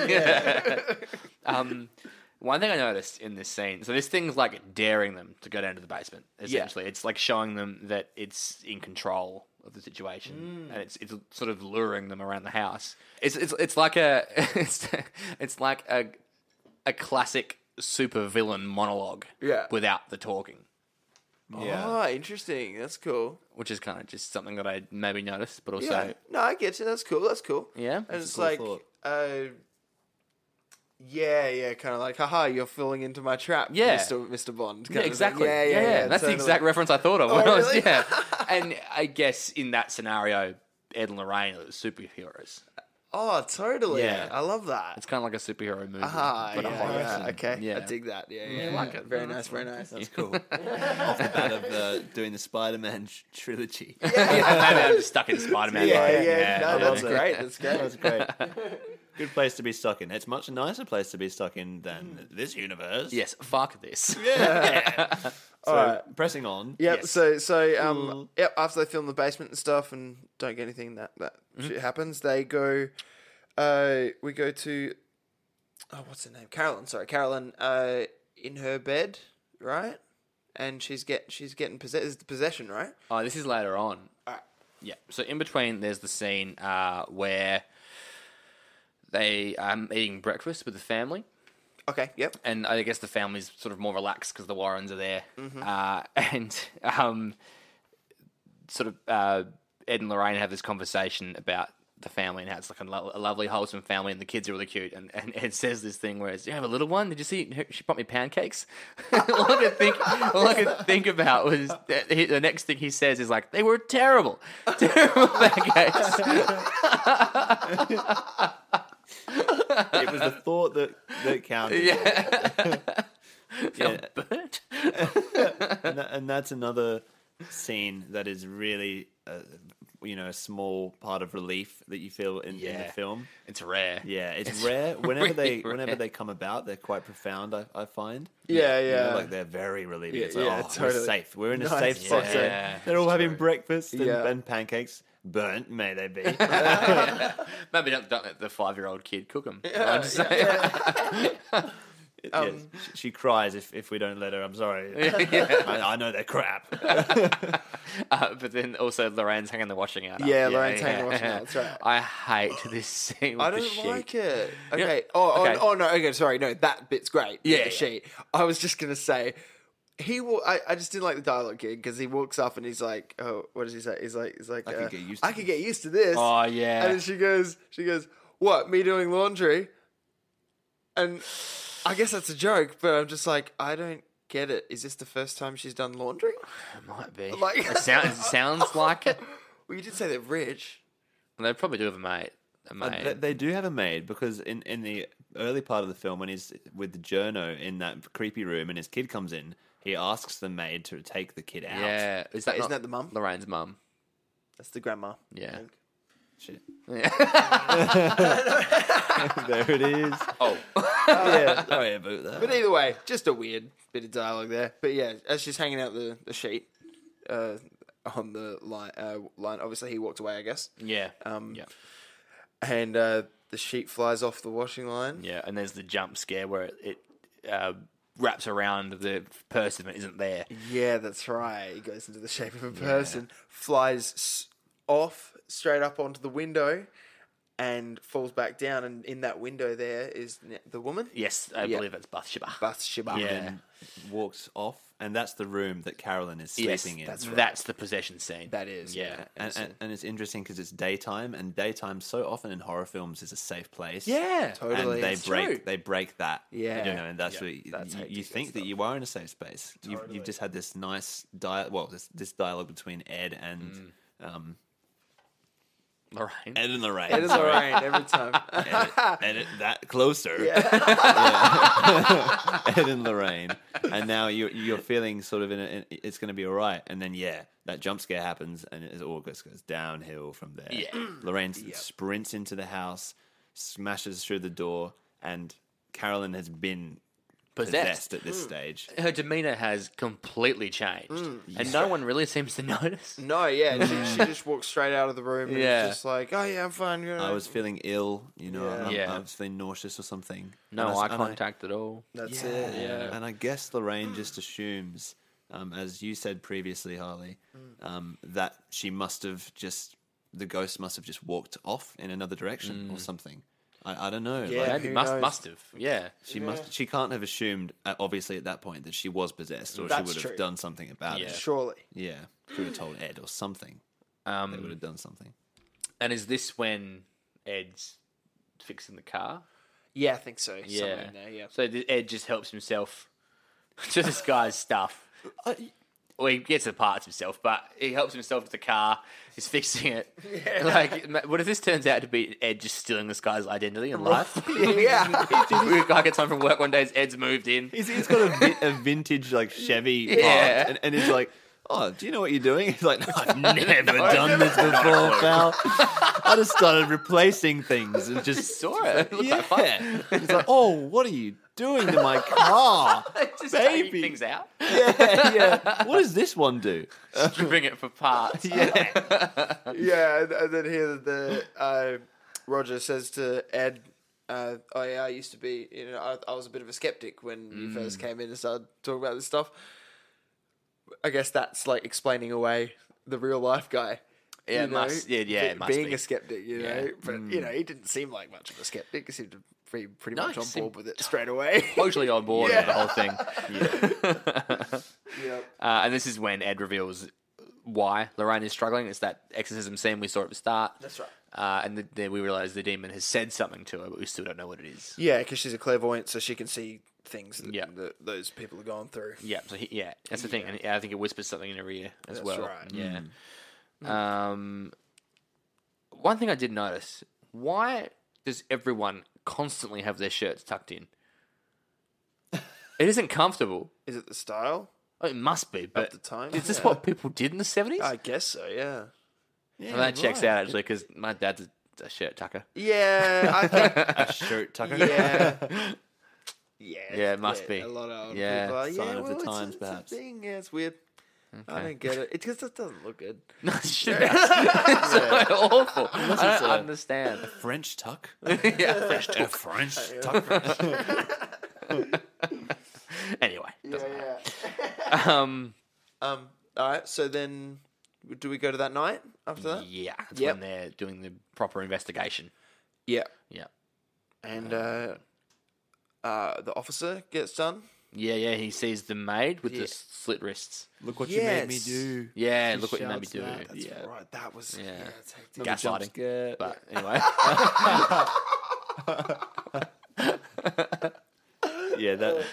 Um, one thing I noticed in this scene, so this thing's like daring them to go down to the basement. Essentially, it's like showing them that it's in control of the Mm. situation, and it's it's sort of luring them around the house. It's it's it's like a it's it's like a a classic supervillain monologue, Yeah. without the talking, Yeah. Oh, interesting. That's cool. which is kind of just something that I maybe noticed, but also Yeah. no, I get you. That's cool. That's cool. Yeah? And That's it's cool like, thought. uh, yeah, yeah, kind of like, haha, you're falling into my trap, Yeah. Mr. Mr. Yeah, Bond. kinda thing. exactly. Yeah, yeah, yeah. That's the totally. Oh, exact reference I thought of. when I was- really? Yeah. and I guess in that scenario, Ed and Lorraine are the superheroes. Oh, totally. Yeah. I love that. It's kind of like a superhero movie, Ah, but yeah, a horror. yeah, film. okay. Yeah. I dig that. Yeah, yeah. like it. Very nice, very nice. That's cool. Off the bat of uh, doing the Spider-Man tr- trilogy. Maybe I'm just stuck in Spider-Man. Yeah, mode. yeah, no, I that's love it. great. That's great. That's great. Good place to be stuck in. It's much nicer place to be stuck in Mm. than this universe. Yes, fuck this. So, Alright. pressing on. Yep. Yes. So so um yep. After they film the basement and stuff, and don't get anything that that shit happens. They go, uh, we go to, oh, what's her name? Carolyn. Sorry, Carolyn. Uh, in her bed, right? And she's get she's getting possess- it's the possession, right? Oh, this is later on. Yeah. So in between, there's the scene uh, where they are um, eating breakfast with the family. Okay. Yep. and I guess the family's sort of more relaxed because the Warrens are there, uh, and um, sort of uh, Ed and Lorraine have this conversation about the family and how it's like a, lo- a lovely, wholesome family, and the kids are really cute. And, and Ed says this thing where it's, "You have a little one? Did you see? her- She brought me pancakes." all I could think, all I could think about was that he, the next thing he says is like, "They were terrible, terrible pancakes." It was the thought that, that counted. yeah, Yeah, burnt. and, that, and that's another scene that is really, uh, you know, a small part of relief that you feel in, in Yeah. the film. It's rare. Yeah, it's, rare. Whenever really they whenever rare. they come about, they're quite profound. I, I find. Yeah, You know, yeah. like they're very relieving. Yeah, it's like, yeah, oh, totally. we're safe. We're in a Nice. safe spot. Yeah. So Yeah. they're all having breakfast and, Yeah. and pancakes. Burnt may they be. Maybe don't, don't let the five-year-old kid cook them. Yes. She- She cries if, if we don't let her. I'm sorry. I, I know they're crap. Uh, but then also Lorraine's hanging the washing out. up. Yeah, Lorraine's hanging the washing out, that's right. I hate this scene. With I the don't sheet. like it. Yeah. Okay. Oh, Okay. Oh, oh, no. Okay, sorry. No, that bit's great. Yeah, Yeah. The yeah. sheet. I was just gonna say, he. Wa- I, I just didn't like the dialogue gig because he walks up and he's like, "Oh, what does he say?" He's like, "He's like, I could get used to I could get used to this." Oh yeah. And then she goes, "She goes, what? Me doing laundry?" And I guess that's a joke, but I'm just like, I don't get it. Is this the first time she's done laundry? it might be. Like- it, sound, it sounds like it. Well, you did say they're rich. They probably do have a mate. Uh, A mate. They, Uh, they do have a maid because in, in the early part of the film, when he's with the journo in that creepy room and his kid comes in, he asks the maid to take the kid out. yeah. Is that Isn't not that the mum? Lorraine's mum. That's the grandma. Yeah. Shit. Yeah. there it is. Oh, oh. yeah. Sorry about that. But either way, just a weird bit of dialogue there. But yeah, as she's hanging out the, the sheet uh, on the line, uh, line, obviously he walked away, I guess. Yeah. Um, yeah. And uh, the sheet flies off the washing line. Yeah. And there's the jump scare where it, it uh, wraps around the person that isn't there. Yeah, that's right. He goes into the shape of a person, flies s- off straight up onto the window, and falls back down. And in that window there is n- the woman, Yes, I Yeah. believe it's Bathsheba. Bathsheba. yeah. Walks off, and that's the room that Carolyn is Yes, sleeping in. that's, that's the possession scene. That is. Yeah. and, and, and it's interesting because it's daytime, and daytime so often in horror films is a safe place. Yeah. Totally. and they It's break true. they break that. Yeah. you know, and that's Yeah. what you, That's how you- you you do think that you are in a safe space. You've, you've just had this nice dial well this this dialogue between Ed and um Lorraine. Ed and Lorraine. It is sorry. Lorraine every time. Edit, edit that closer. Yeah. Ed and Lorraine, and now you you're feeling sort of in, a, in it's going to be all right, and then yeah, that jump scare happens, and it all goes goes downhill from there. Yeah. Lorraine sprints into the house, smashes through the door, and Carolyn has been possessed, Possessed. at this stage. Her demeanor has completely changed, and no one really seems to notice. No, yeah, she, she just walks straight out of the room and Yeah. is just like, oh yeah, I'm fine. you know." I was feeling ill, you know, and I'm- Yeah. I was feeling nauseous or something. No And I s- eye and I- contact at all. That's yeah. it. Yeah. And I guess Lorraine just assumes, um, as you said previously, Harley, Mm. um, that she must have just, the ghost must have just walked off in another direction Mm. or something. I, I don't know. Yeah. Like, Maybe who must knows? must have. Yeah. she must. She can't have assumed, uh, obviously, at that point that she was possessed, or she That's would have true. done something about Yeah. it. Surely. Yeah, she would have told Ed or something. They would Um, have done something. and is this when Ed's fixing the car? Yeah, I think so. Yeah. Somewhere Yeah. in there, yeah. So th- Ed just helps himself to this guy's stuff. Well, he gets the parts himself, but he helps himself to the car. He's fixing it. Like, ma- what if this turns out to be Ed just stealing this guy's identity and life? yeah. the guy gets home from work one day. his Ed's moved in. He's, he's got a, vi- a vintage like Chevy, parked, Yeah. and, and he's like, "Oh, do you know what you're doing?" He's like, "No, "I've never done this before, pal. I just started replacing things and just Saw it. It looked like fun. yeah." He's like, "Oh, what are you doing to my car?" Just Baby. taking things out, yeah, yeah. What does this one do? stripping it for parts. yeah, and, and then here the uh, Roger says to Ed, uh, "Oh yeah, I used to be. You know, I, I was a bit of a skeptic when Mm. you first came in and started talking about this stuff. I guess that's like explaining away the real life guy." Yeah, you it must- yeah, yeah, be- it must being be. a skeptic, you Yeah. Mm. know, but you know, he didn't seem like much of a skeptic. He seemed to be pretty No, much he on seemed board with it straight away. Totally on board with the whole thing. yeah, Uh, and this is when Ed reveals why Lorraine is struggling. It's that exorcism scene we saw at the start. that's right. Uh, and th- then we realize the demon has said something to her, but we still don't know what it is. Yeah, because she's a clairvoyant, so she can see things that, Yeah. that those people are going through. Yeah, so he, yeah, that's the thing. And I think it whispers something in her ear as That's well. right. Yeah. Um, one thing I did notice: why does everyone constantly have their shirts tucked in? It isn't comfortable. Is it the style? Oh, It must be, but the time, is this yeah. what people did in the seventies? I guess so. Yeah. and that checks out actually, because my dad's a, a shirt tucker. Yeah, I think. A shirt tucker. yeah. Yeah, Yeah, it must be. A lot of older Yeah, people are, yeah, sign of the well, it's a- times, it's a perhaps. thing. Yeah, it's weird. I don't get it. It just it doesn't look good. No, shit, that's so awful. I don't understand. French tuck. yeah, fresh A French tuck. Anyway, doesn't matter. Yeah, Um, Um. All right. So then, do we go to that night after that? yeah, that's Yep. when they're doing the proper investigation. Yeah. Yeah, And uh, uh, the officer gets done. yeah, yeah. He sees the maid with Yeah. the slit wrists. Look what Yes. Yeah, look what you made me shouts do. that. That's Yeah. right. That was Yeah. that's hectic. Jump Gaslighting. scare. But anyway, yeah, that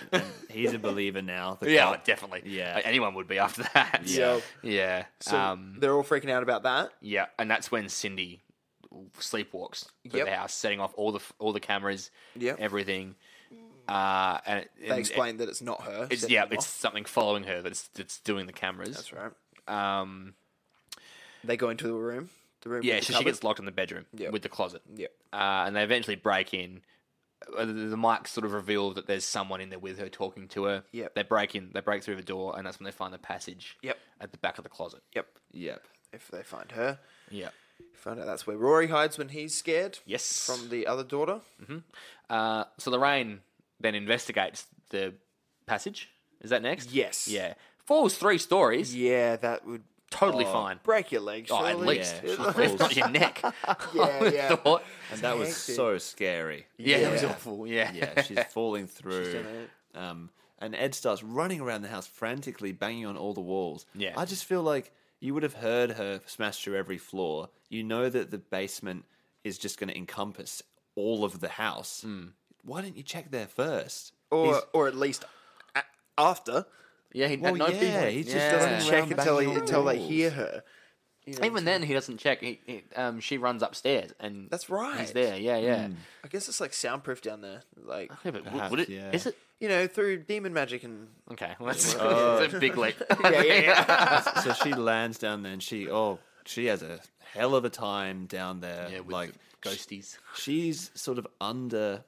he's a believer now. The yeah, cop. well, definitely. Yeah. Like, anyone would be after that. Yeah. yeah. So um, they're all freaking out about that. yeah, and that's when Cindy sleepwalks through Yep. the house, setting off all the f- all the cameras, Yep. everything. Uh, and it, They and explain that it's not her. It's, setting yeah, them it's off. something following her that's that's doing the cameras. that's right. Um, They go into the room. The room. Yeah, with the so she cupboard. gets locked in the bedroom Yeah. with the closet. Yeah. Uh, and they eventually break in. Uh, The, the mics sort of reveal that there's someone in there with her talking to her. Yep. They break in, they break through the door, and that's when they find the passage Yep. at the back of the closet. Yep. Yep. If they find her, Yeah. find out that's where Rory hides when he's scared. Yes. From the other daughter. Uh, so Lorraine then investigates the passage. Is that next? Yes. Yeah. Falls three stories. Yeah, that would Oh, Totally fine. break your legs. Oh, at surely. least. Yeah, she If not falls. your neck. Yeah, yeah. Thought. And that was Hectic. so scary. Yeah, that was Yeah. awful. Yeah. Yeah, she's falling through. done um, and Ed starts running around the house frantically, banging on all the walls. Yeah. I just feel like you would have heard her smash through every floor. You know that the basement is just going to encompass all of the house. Why didn't you check there first? Or, He's- or at least a- after. Yeah, he had well, no yeah, feeling. he's just Yeah. running around Check until, banging he, on the until they walls. hear her. You know, Even then, he doesn't check. He, he, um, she runs upstairs, and That's right. He's there. Yeah, yeah. I guess it's like soundproof down there. Like Yeah, but w- Perhaps, would it? Is yeah. it? you know, through demon magic and Okay, well, that's, that's a big leap. so she lands down there and she oh she has a hell of a time down there Yeah, with like the ghosties. she's sort of under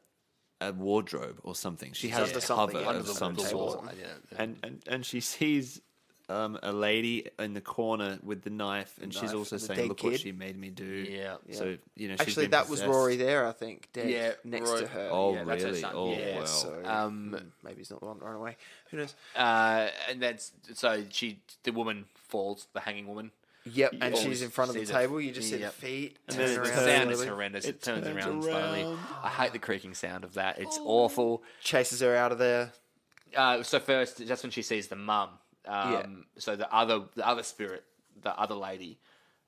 a wardrobe or something she has under a something, cover yeah. Under of the- some the wall. sort and, and and she sees um, a lady in the corner with the knife and she's knife also and the saying dead look kid." what she made me do Yeah. so you know she's actually been that was possessed. Rory there, I think, dead Yeah, next Rory- to her. oh Yeah, that's her really son. oh Yeah, wow So Um, um, maybe he's not the one that ran away. Who knows? Uh, and that's so she, the woman falls, the hanging woman. Yep, and always she's in front of the see the- table. You just see the yep. feet. And turn then it The around turns- sound slowly, is horrendous. It, It turns turns around slowly. around. I hate the creaking sound of that. It's Oh. awful. chases her out of there. Uh, so first, that's when she sees the mum. Um, So the other, the other spirit, the other lady,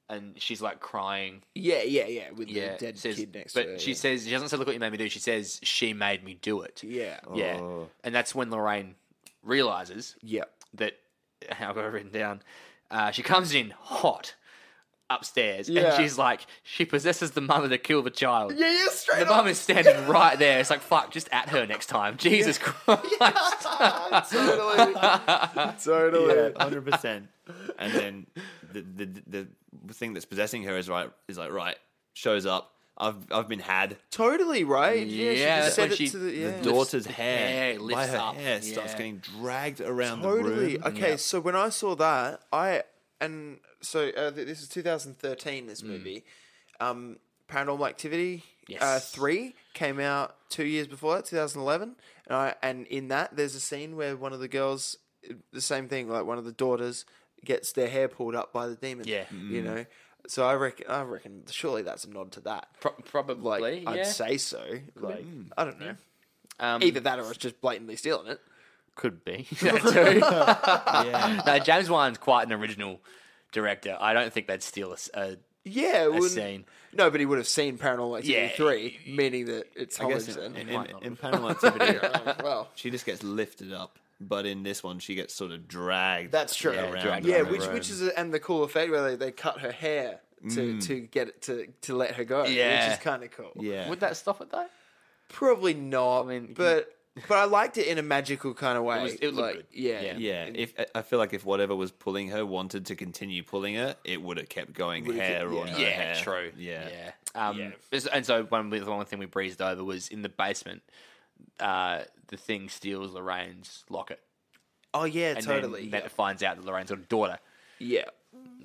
and she's like crying. Yeah, yeah, yeah. With Yeah, the dead says- kid next but to her. she yeah. says she doesn't say, "Look what you made me do." She says, "She made me do it." yeah, Yeah, Oh. and that's when Lorraine realizes yep. that how I got it written down. Uh, she comes in hot upstairs, and Yeah. she's like, she possesses the mother to kill the child. Yeah, yeah, straight The up. mum is standing right there. It's like fuck, just at her next time. Jesus Christ! totally, totally. hundred percent. And then the, the the thing that's possessing her is right is like right shows up. I've I've been had. Totally right. Yeah, she Yeah, just that's said when it she- to the, the yeah. The daughter's hair, hair by lifts her up, hair starts yeah. getting dragged around totally. the room. Okay, so when I saw that, I and so uh, th- this is 2013. This Mm. movie, um, Paranormal Activity uh, Yes. three came out two years before that, 2011, and I and in that there's a scene where one of the girls, the same thing, like one of the daughters gets their hair pulled up by the demon. Yeah. Mm. you know. So I reckon, I reckon, surely that's a nod to that. Pro- probably, Like yeah. I'd say so. Like I don't know. Um, Either that or I was just blatantly stealing it. could be that too. no, James Wan's quite an original director. I don't think they'd steal a s- a, Yeah, it a wouldn't- scene. No, but he would have seen Paranormal Activity Yeah. three, meaning that it's I guess Holmes in, then. in, in, might not in Panama Activity, well, she just gets lifted up, but in this one, she gets sort of dragged. that's true. Yeah, around dragged the Yeah, around which room. which is a, and the cool effect where they, they cut her hair to to get it to to let her go. Mm. Yeah. which is kind of cool. yeah. Would that stop it though? Probably not. mean, you- but but I liked it in a magical kind of way. was- it looked like, good. Yeah, Yeah. yeah, if I- I feel like if whatever was pulling her wanted to continue pulling her, it would have kept going hair kept- on yeah. her Yeah, hair. true. Yeah. yeah. Um, this- And so one the one thing we breezed over was in the basement. Uh, the thing steals Lorraine's locket, Oh yeah, and totally. then that finds out that Lorraine's got a daughter. yeah. yeah.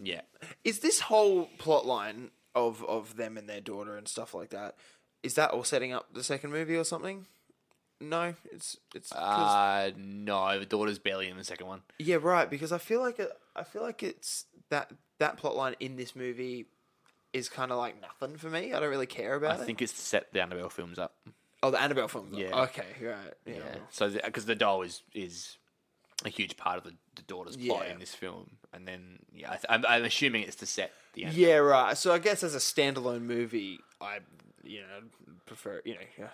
Yeah, Is this whole plot line of of them and their daughter and stuff like that? Is that all setting up the second movie or something? No, it's it's 'cause- uh, no, the daughter's barely in the second one. Yeah, right. Because I feel like it, I feel like it's that that plot line in this movie is kind of like nothing for me. I don't really care I about it. think it's to set the Annabelle films up. Oh, the Annabelle film. Yeah. Yeah. Okay. Right. Yeah. Yeah. So because the doll is is a huge part of the, the daughter's plot Yeah. in this film, and then yeah, I th- I'm, I'm assuming it's to set the Annabelle. Yeah. Right. So I guess as a standalone movie, I you know prefer you know yeah,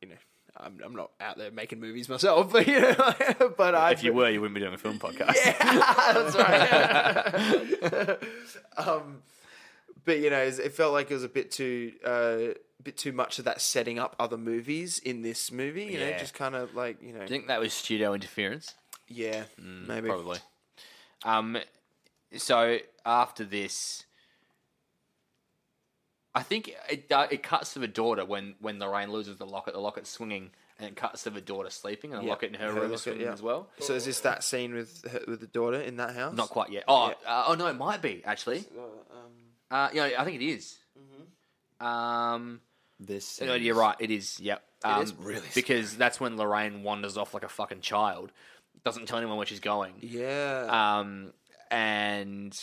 you know I'm I'm not out there making movies myself, but you know, but I If you were, you wouldn't be doing a film podcast. That's right. um, but you know, it felt like it was a bit too, uh, bit too much of that setting up other movies in this movie. You know, Yeah. just kind of like you know, Do you think that was studio interference? yeah, maybe. Probably. Um, so after this, I think it uh, it cuts to the daughter when when Lorraine loses the locket. The locket's swinging, and it cuts to the daughter sleeping, and the Yeah. locket in her, Her room locket, is swinging yeah. as well. So is this that scene with her, with the daughter in that house? Not quite yet. Oh, uh, oh no, it might be actually. Uh, um, Mm-hmm. Uh, yeah, I think it is. Um, This no, you're right. It is. Yep. Um, is really because that's when Lorraine wanders off like a fucking child. Doesn't tell anyone where she's going. yeah. um, and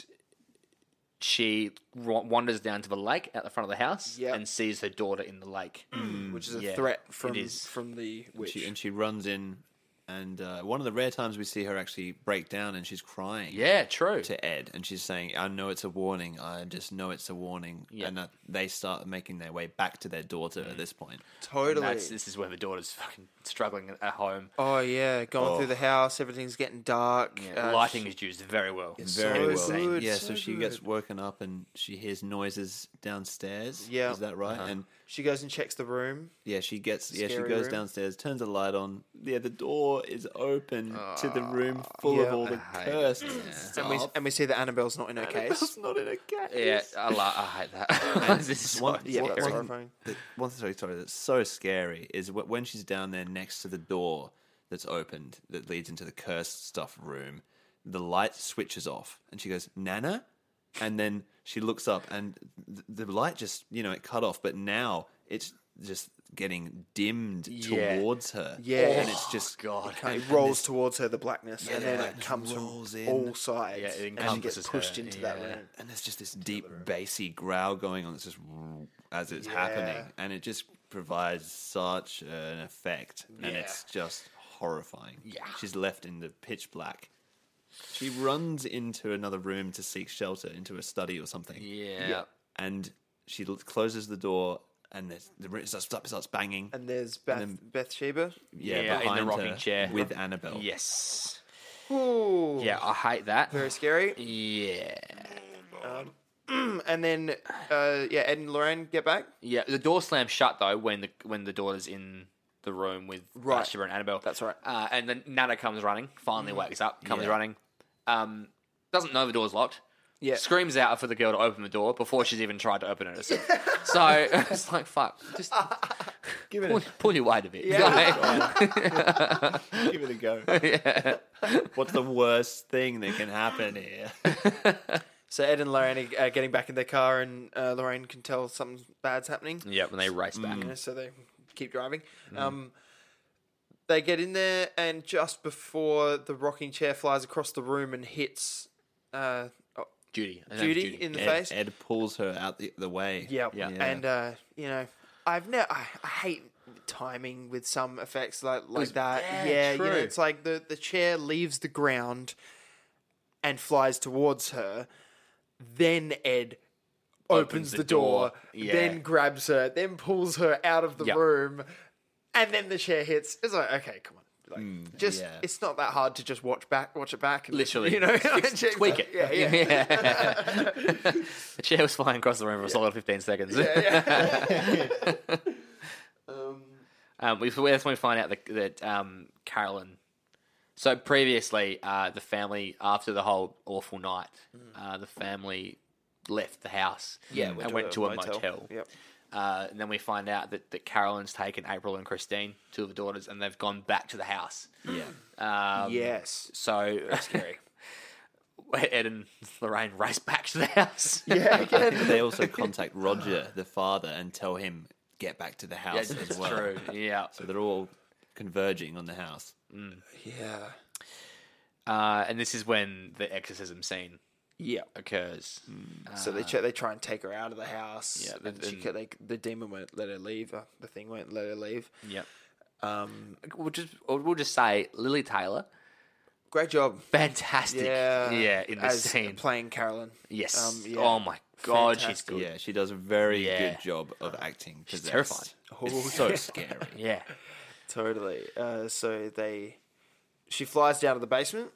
she wa- wanders down to the lake at the front of the house Yep. and sees her daughter in the lake. which is a Um, yeah, threat it from is. from the witch. She, and she runs in and uh, one of the rare times we see her actually break down and she's crying Yeah, true. to Ed, and she's saying, "I know it's a warning. I just know it's a warning." Yeah. And that they start making their way back to their daughter Mm. at this point. Totally. That's, this is where the daughter's fucking struggling at home. Oh yeah, going through the house, everything's getting dark. Yeah, uh, lighting is used very well. so Very well. good, yeah, so so, she gets good. woken up and she hears noises downstairs. Yeah. is that right? And She goes and checks the room. yeah, she gets yeah, she Scary goes room. downstairs, turns the light on. Yeah, the door is open to the room full Ah, yeah. of all the I hate cursed And we, stuff. and we see that Annabelle's not in her case. It's not in a cat. Yeah, I, lo- I hate that. this is so One, yeah, scary. that's one- horrifying. the- one sorry, sorry, that's so scary is wh- when she's down there next to the door that's opened that leads into the cursed stuff room. The light switches off, and she goes, "Nana," and then she looks up, and th- the light just you know it cut off, but now it's just getting dimmed Yeah. towards her. Yeah. and it's just God. And it rolls towards her the blackness, and then like, it comes rolls from in. all sides. Yeah, it and she gets encompasses pushed her, into that yeah. room. and there's just this deep bassy growl going on that's just as it's happening Yeah. and it just provides such an effect and Yeah. it's just horrifying Yeah. she's left in the pitch black she runs into another room to seek shelter into a study or something Yeah. and she l- closes the door and there's- the room starts, starts banging And there's Beth then- Bathsheba. yeah, Yeah, in the behind rocking her chair. with annabelle Yes. Ooh, Yeah, I hate that. very scary. Um, Yeah. And then, uh, yeah, Ed and Lorraine get back. Yeah, the door slams shut though when the when the daughter's in the room with Right. Bathsheba and Annabelle. That's right. Mm. Uh, and then Nana comes running, finally wakes up, comes Yeah. running, um, doesn't know the door's locked. Yeah. Screams out for the girl to open the door before she's even tried to open it herself. so it's like fuck, just give pull, it pull your weight a bit. a, give it a go yeah. what's the worst thing that can happen here So Ed and Lorraine are uh, getting back in their car, and uh, Lorraine can tell something bad's happening. yeah, when they race back. you know, so they keep driving. Um, they get in there, and just before the rocking chair flies across the room and hits uh, oh, Judy. Her name's Judy, in the Ed, face. Ed pulls her out the, the way. Yep. Yeah. And uh, you know, I've never. I, I hate timing with some effects like like that. yeah, Yeah. You know, true. it's like the the chair leaves the ground and flies towards her. Then Ed opens, the, the door, door. Yeah. then grabs her, then pulls her out of the Yep. room, and then the chair hits. It's like, okay, come on. Like, just yeah. it's not that hard to just watch back, watch it back. and- Mm, Literally, you know, Just check tweak that. it. Yeah, yeah. the chair was flying across the room for a solid fifteen seconds. Um, we, that's when we find out that, that um, Carolyn. So previously, uh, the family after the whole awful night, uh, the family left the house. Yeah, and went to a, motel. Yep. Uh, and then we find out that, that Carolyn's taken April and Christine, two of the daughters, and they've gone back to the house. Yeah. Um, yes. So scary. Ed and Lorraine race back to the house. Yeah. I Again. think they also contact Roger, the father, and tell him get back to the house as that's well. true. Yeah. So they're all converging on the house. Yeah. Uh, and this is when the exorcism scene Yeah. Mm. occurs. So they try, they try and take her out of the house. Uh, Yeah, and she, and- could- like the demon won't let her leave. Uh, the thing won't let her leave. Yep. Um, We'll just we'll just say Lily Taylor, great job. fantastic. Yeah, yeah, in this as scene. playing Carolyn. yes. um, yeah. Oh my god, she's Fantastic. good. Yeah. Yeah, she does a very Mm. Yeah. good job of acting. She's terrifying. It's so scary. Yeah. Totally. Uh, so they, she flies down to the basement.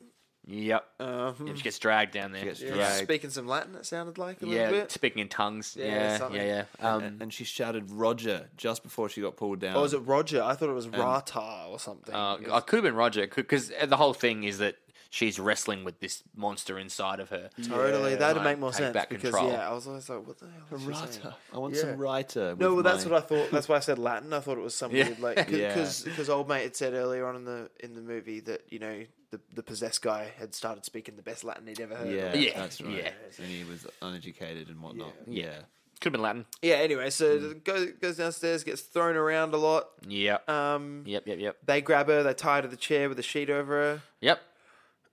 Yep. Um, She gets dragged down there. gets yeah, dragged. speaking some Latin. It sounded like a Yeah, little bit. speaking in tongues. Yeah, Yeah, yeah, something. yeah. Um, and she shouted Roger just before she got pulled down. Or was Oh, it Roger? I thought it was Rata or something. uh, I could have been Roger because the whole thing is that she's wrestling with this monster inside of her. totally. That'd like, make more take sense back because control. yeah, I was always like, what the hell? Is she saying? Rata. I want Yeah. some writer. No, well, with that's my- what I thought. That's why I said Latin. I thought it was some Yeah. weird, like, Yeah. because old mate had said earlier on in the in the movie that you know the the possessed guy had started speaking the best Latin he'd ever heard. Yeah, Yeah, that's right. yeah. And he was uneducated and whatnot. Yeah. Could have been Latin. Yeah. Anyway, so the go, goes downstairs, gets thrown around a lot. Yep. Um, yep. Yep. Yep. they grab her, they tie her to the chair with a sheet over Yep.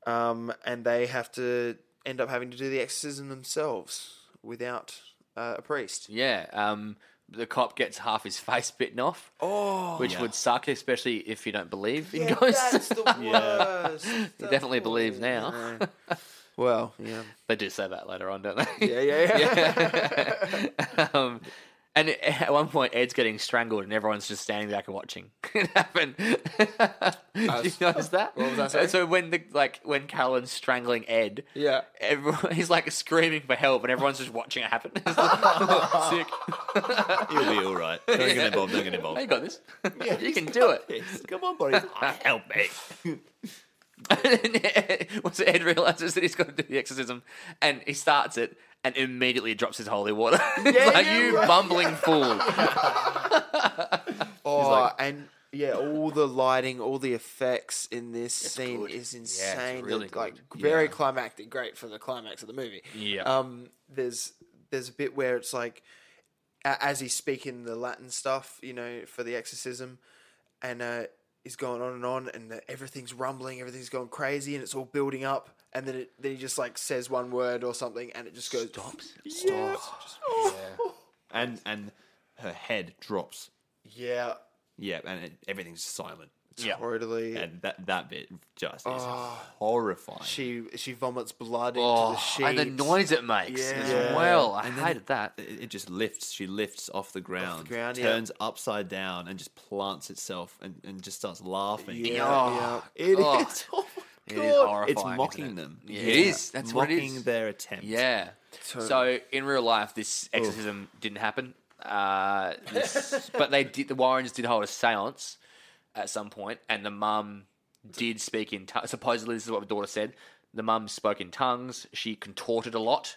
her, um, and they have to end up having to do the exorcism themselves without uh, a priest. Yeah. Um, the cop gets half his face bitten off, Oh, which Yeah. would suck, especially if you don't believe in yeah, ghosts. that's the worst. You definitely believe now. Well, yeah, They do say that later on, don't they? yeah, yeah, yeah. um, and at one point, Ed's getting strangled, and everyone's just standing back and watching it happen. Do you notice that? What was that, sorry? So when the like when Callan's strangling Ed, Yeah. everyone he's like screaming for help, and everyone's just watching it happen. It's like, "Oh, Sick. You'll be all right. Don't get involved. Don't get Hey, you involved. got this. you can do it. Come on, buddy. Help me. and Ed, once Ed realizes that he's got to do the exorcism, and he starts it, and immediately drops his holy water. it's like yeah, you yeah. bumbling fool. Oh, and yeah, all the lighting, all the effects in this scene good. is Yeah, it's insane. They're, really like good. very Yeah. climactic, great for the climax of the movie. Yeah. Um, there's there's a bit where it's like a- as he's speaking the Latin stuff, you know, for the exorcism, and uh, he's going on and on, and the, everything's rumbling, everything's going crazy, and it's all building up, and then it, then he just like says one word or something, and it just goes Stops. Yeah, And and her head drops. yeah, Yeah, and it, everything's silent. Yeah. totally. And that that bit just is Ah. horrifying. she she vomits blood into Oh, the sheet. and the noise it makes Yeah. as well. I And then hated it- that. It, it just lifts. She lifts off the ground, ground, yeah. turns upside down, and just plants itself and, and just starts laughing. Yeah, Oh, yeah. It Oh. is- oh my It is God. horrifying, It's isn't mocking it? them. Yeah, it is. That's what it mocking is. their attempt. Yeah. So in real life, this exorcism didn't happen. Uh, this, but they did. The Warrens did hold a séance at some point, and the mum did speak in. tongues. supposedly, this is what the daughter said. The mum spoke in tongues. She contorted a lot,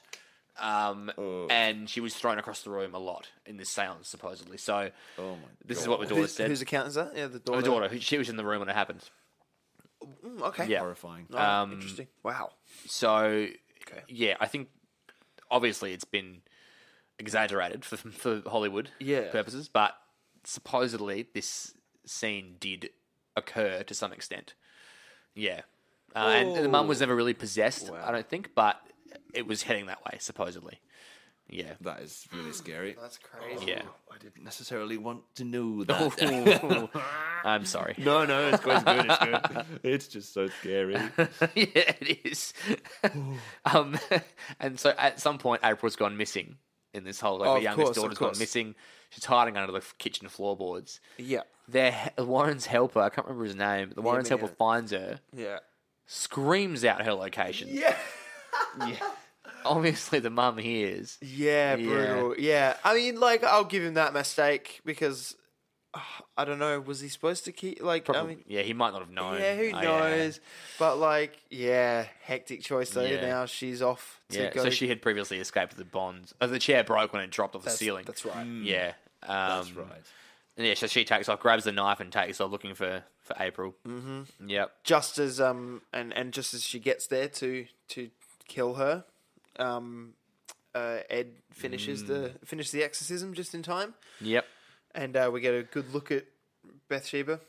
um, and she was thrown across the room a lot in this séance, supposedly. So, Oh my this is what the daughter Who's, said. whose account is that? Yeah, the daughter. the daughter, who- she was in the room when it happened. Mm, okay. Yeah. Horrifying. Oh, Um, interesting. Wow. So, yeah, I think obviously it's been exaggerated for for Hollywood Yeah. purposes, but supposedly this scene did occur to some extent. Yeah, uh, and the mum was never really possessed, I don't think, but it was heading that way supposedly. Yeah, that is really scary. That's crazy. yeah. I didn't necessarily want to know that. I'm sorry. Oh, no, no, it's good. It's good. It's, good. it's just so scary. yeah, it is. um, and so at some point, April's gone missing in this whole. Like, Oh, the of youngest course, of daughter's gone course. missing. She's hiding under the f- kitchen floorboards. Yeah. Their Warren's helper, I can't remember his name, but the Warren's me helper neither. finds her, Yeah. screams out her location. Yeah. Obviously, the mum hears. Yeah. Brutal. Yeah. I mean, like, I'll give him that mistake because ah, I don't know. Was he supposed to keep? Like, Probably, I mean, yeah, he might not have known. yeah. Who Oh, knows? But like, yeah, hectic choice though. Yeah. Now she's off to Yeah, go. so she had previously escaped the bonds. Oh, the chair broke when it dropped off that's, the ceiling. That's right. Yeah. Um, That's right. And yeah, so she takes off, grabs the knife, and takes off looking for for April. Mm-hmm. Yep. just as um and and just as she gets there to to kill her, um, uh, Ed finishes the Mm. finishes the exorcism just in time, Yep. and uh, we get a good look at Bathsheba.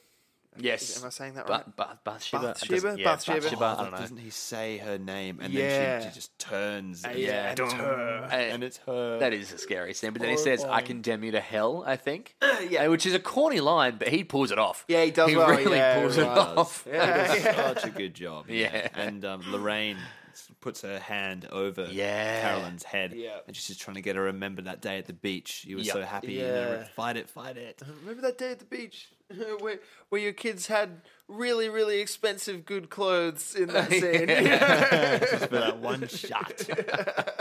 Yes. Am I saying that right? Ba- ba- Bathsheba. Bathsheba? It doesn't- Yeah, Bathsheba? Oh, Bathsheba, I Like, don't know. doesn't he say her name and then Yeah. she, she just turns? and- yeah. it's her. Uh, and it's her. that is a scary scene. But then he says, "I condemn you to hell." I think. yeah. Which is a corny line, but he pulls it off. Yeah, he does He well, really yeah, pulls right. it off. Yeah, yeah. such a good job. Yeah. And um, Lorraine s- puts her hand over Yeah. Carolyn's head. Yeah. And she's just trying to get her to remember that day at the beach. You were so Yeah. happy. You know, Yeah. fight it, fight it. Remember that day at the beach where where your kids had really really expensive good clothes in that scene. Just for that one shot. Uh,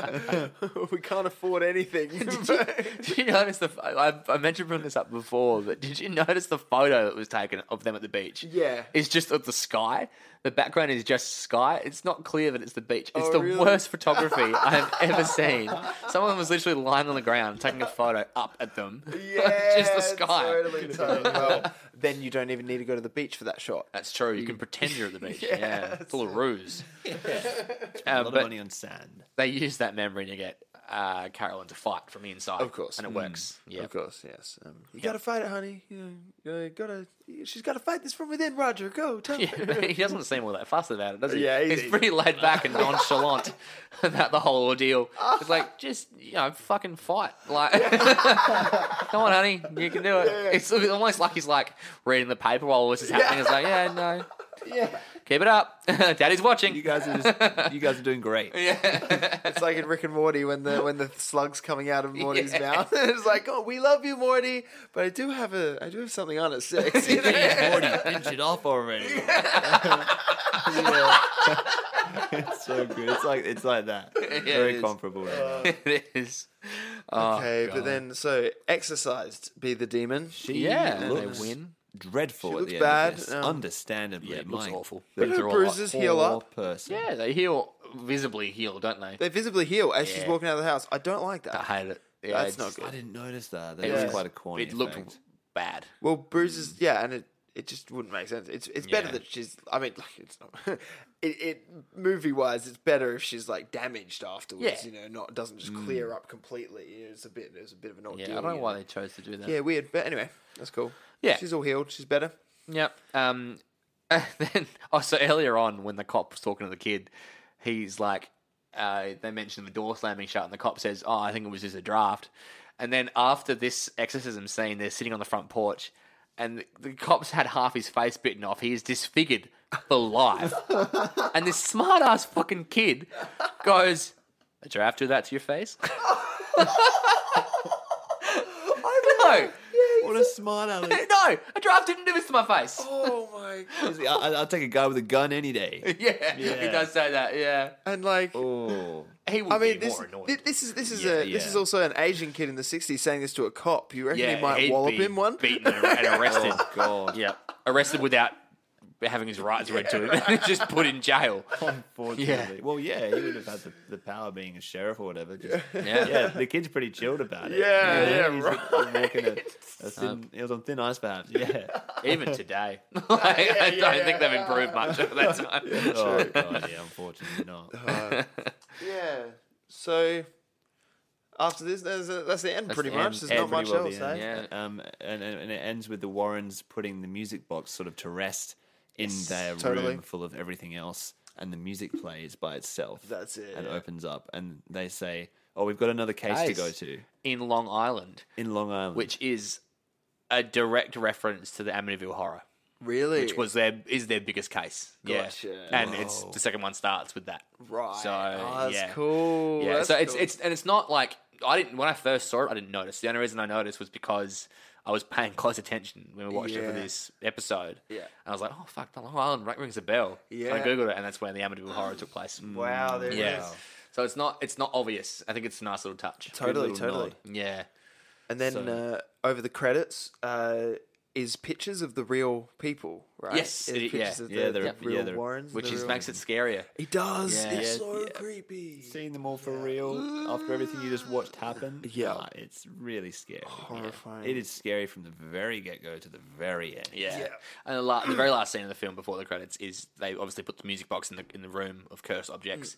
we can't afford anything. Did you notice the? I, I mentioned bringing this up before, but did you notice the photo that was taken of them at the beach? Yeah. it's just of the sky. The background is just sky. It's not clear that it's the beach. It's Oh, the really? worst photography I have ever seen. Someone was literally lying on the ground taking a photo up at them. yeah, just the sky. Totally, totally. Well, then you don't even need to go to the beach for that shot. That's true. You can pretend you're at the beach. yeah, it's all a ruse. a Um, lot but of money on sand. they use that memory to get uh, Carolyn to fight from the inside. Of course. Mm. and it works. Yeah, Of course, yes. Um, you gotta fight it, honey. You know, you gotta. She's gotta fight this from within, Roger. Go, tell her. Yeah, he doesn't seem all that fussed about it, does he? Yeah, he's- he's, pretty laid back and nonchalant about the whole ordeal. It's like just you know, fucking fight. Like, come on, honey, you can do it. It's almost like he's like reading the paper while all this is happening. It's like, yeah, no, Yeah. keep it up. Daddy's watching. You guys are just, you guys are doing great. It's like in Rick and Morty when the when the slug's coming out of Morty's Yeah. mouth. it's like, oh, we love you, Morty, but I do have a I do have something on at six. You know? Binge it off already. it's so good. It's like it's like that. Very is. comparable. Right Uh, now. it is. Oh, Okay, but God. then so exercised be the demon. She yeah, and looks they win. dreadful. She at looks the end of bad, this, um, Understandably, Yeah, it looks my awful. But Boobs her are all, like, bruises heal poor up. Person. Yeah, they heal visibly heal, don't they? They visibly heal as she's Yeah. walking out of the house. I don't like that. I hate it. Yeah, That's it's- not good. I didn't notice that. That It was was- quite a corny. It looked effect. bad. Well, bruises, yeah, and it it just wouldn't make sense. It's it's better Mm. Yeah. that she's. I mean, like it's not. it, it movie wise, it's better if she's like damaged afterwards. Yeah. Mm. You know, not doesn't just clear up completely. It's a bit. It's a bit of an ordeal. Yeah, I don't know you why they chose to do that. Yeah, weird. But anyway, that's cool. Yeah. she's all healed. She's better. Yep. Um, and then oh, so earlier on when the cop was talking to the kid, he's like, uh, they mentioned the door slamming shut, and the cop says, "Oh, I think it was just a draft." And then after this exorcism scene, they're sitting on the front porch, and the, the cop's had half his face bitten off. He is disfigured for life, and this smart ass fucking kid goes, "A draft do that to your face?" no. What a smart aleck. No, a draft didn't do this to my face. Oh my! God. I, I- I'll take a guy with a gun any day. Yeah, he does say that. Yeah, And like. Oh, he would I mean, be this, more annoyed. thi- this is this is Yeah, a this yeah. is also an Asian kid in the '60s saying this to a cop. You reckon yeah, he might he'd be wallop him one? beaten and, and arrested. oh God. yeah, arrested without having his rights read to him, just put in jail. Unfortunately. Yeah. Well, yeah, he would have had the, the power of being a sheriff or whatever. Just, Yeah. yeah. the kid's pretty chilled about it. Yeah, You know, yeah, he's a- walking a- a thin- he was on thin ice, perhaps. Yeah. Even today, Like, I don't think they've improved much over that time. Oh, God, yeah, unfortunately not. Yeah. So after this, there's a, that's the end, pretty the much. end. There's Ends not pretty much well at else. the eh? end. Yeah. Um, and, and and it ends with the Warrens putting the music box sort of to rest in their totally. room full of everything else, and the music plays by itself. That's it, And uh, yeah. opens up, and they say, "Oh, we've got another case to Guys. go to In Long Island, in Long Island." which is a direct reference to the Amityville Horror, Really? which was their is their biggest case. Gotcha. Yeah, and it's the second one starts with that. right. So oh, that's yeah. cool. Yeah, That's so it's cool. it's and it's not like I didn't when I first saw it, I didn't notice. The only reason I noticed was because I was paying close attention when we watched it for Yeah. this episode. Yeah. and I was like, oh fuck, the Long Island Ring- rings a bell. and I Yeah. googled it, and that's when the Amityville Horror took place. Mm. wow. There yeah, it is. so it's not it's not obvious. I think it's a nice little touch. Totally, little totally. nod. Yeah, And then uh, over the credits uh, is pictures of the real people, right? Yes, Is it- pictures yeah. of Yeah, the, they're- the yeah, real they're- Warrens, and which the is real- makes it scarier. He does. Yeah. it's Yeah, so yeah. creepy. seeing them all for real after everything you just watched happen. Yeah. ah, it's really scary. Horrifying. It is scary from the very get go to the very end. Yeah. And the, la- the very last scene of the film before the credits is they obviously put the music box in the in the room of cursed objects.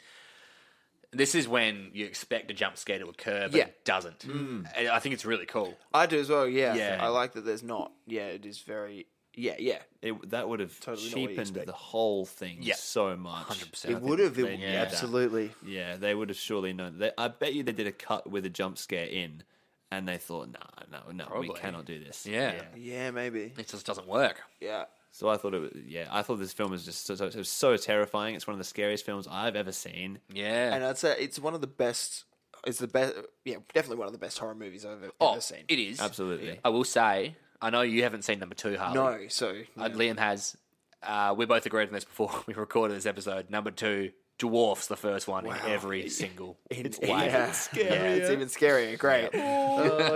This is when you expect a jump scare to occur, but Yeah. it doesn't. And I think it's really cool. I do as well. Yeah. Yeah. I like that. There's not. Yeah. It is very. Yeah. Yeah. It, that would have Totally not what you cheapened expect. the whole thing Yeah. so much. 100%. I It think Would have. they it- knew that. Absolutely. Yeah, they would have surely known. They, I bet you they did a cut with a jump scare in, and they thought, nah, no, no, we Probably. cannot do this. Yeah. Yeah. Maybe. It just doesn't work. Yeah. So I thought it was. Yeah, I thought this film was just so, so, so, so terrifying. It's one of the scariest films I've ever seen. Yeah. and I'd say it's one of the best. It's the best. Yeah, definitely one of the best horror movies I've ever, oh, ever seen. it is. Absolutely. I will say, I know you haven't seen number two, Harley. no, so Uh, Liam has. Uh, we both agreed on this before we recorded this episode. Number two dwarfs the first one in every single it's way. yeah. Yeah, it's even scarier. Great. Oh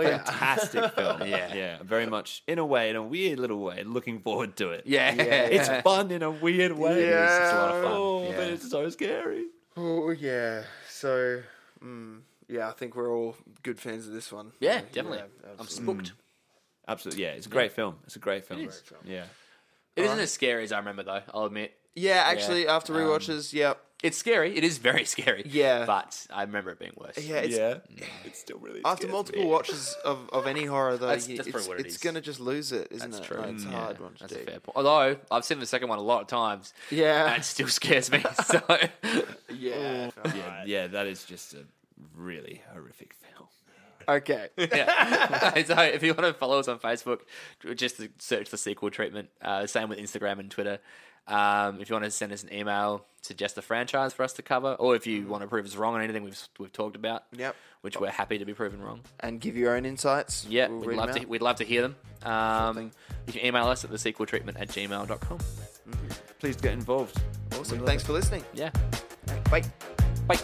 yeah. Fantastic film. Yeah. yeah, very much in a way, in a weird little way, looking forward to it. Yeah. it's fun in a weird way. Yeah. It's a lot of fun. Oh, Yeah. but it's so scary. Oh yeah. So, mm, yeah, I think we're all good fans of this one. Yeah, definitely. yeah, I'm spooked. Absolutely, yeah. It's a great film. It's a great film. is. Yeah. It not as scary as I remember, though. I'll admit. Yeah, actually, after um, rewatches, yeah, It's scary. It is very scary. Yeah. But I remember it being worse. yeah. It's, yeah, it's still really After scares multiple me. watches of, of any horror, though, That's- you- that's probably it's, what it it's is. gonna just lose it, isn't That's it? true. Mm, Like, it's a Yeah, hard one to That's a do. fair point. Although I've seen the second one a lot of times. Yeah. And it still scares me. So Yeah. Yeah, yeah, that is just a really horrific film. Okay. yeah. so if you want to follow us on Facebook, just search the sequel treatment. Uh, same with Instagram and Twitter. Um, if you want to send us an email, suggest a franchise for us to cover, or if Mm. you want to prove us wrong on anything we've we've talked about, Yep. which we're happy to be proven wrong. And give your own insights. Yeah, We'll we'd read love them to out. we'd love to hear them. Um, you can email us at the sequel treatment at gmail.com. Please get involved. Awesome. Thanks for listening. Yeah. Bye. Bye.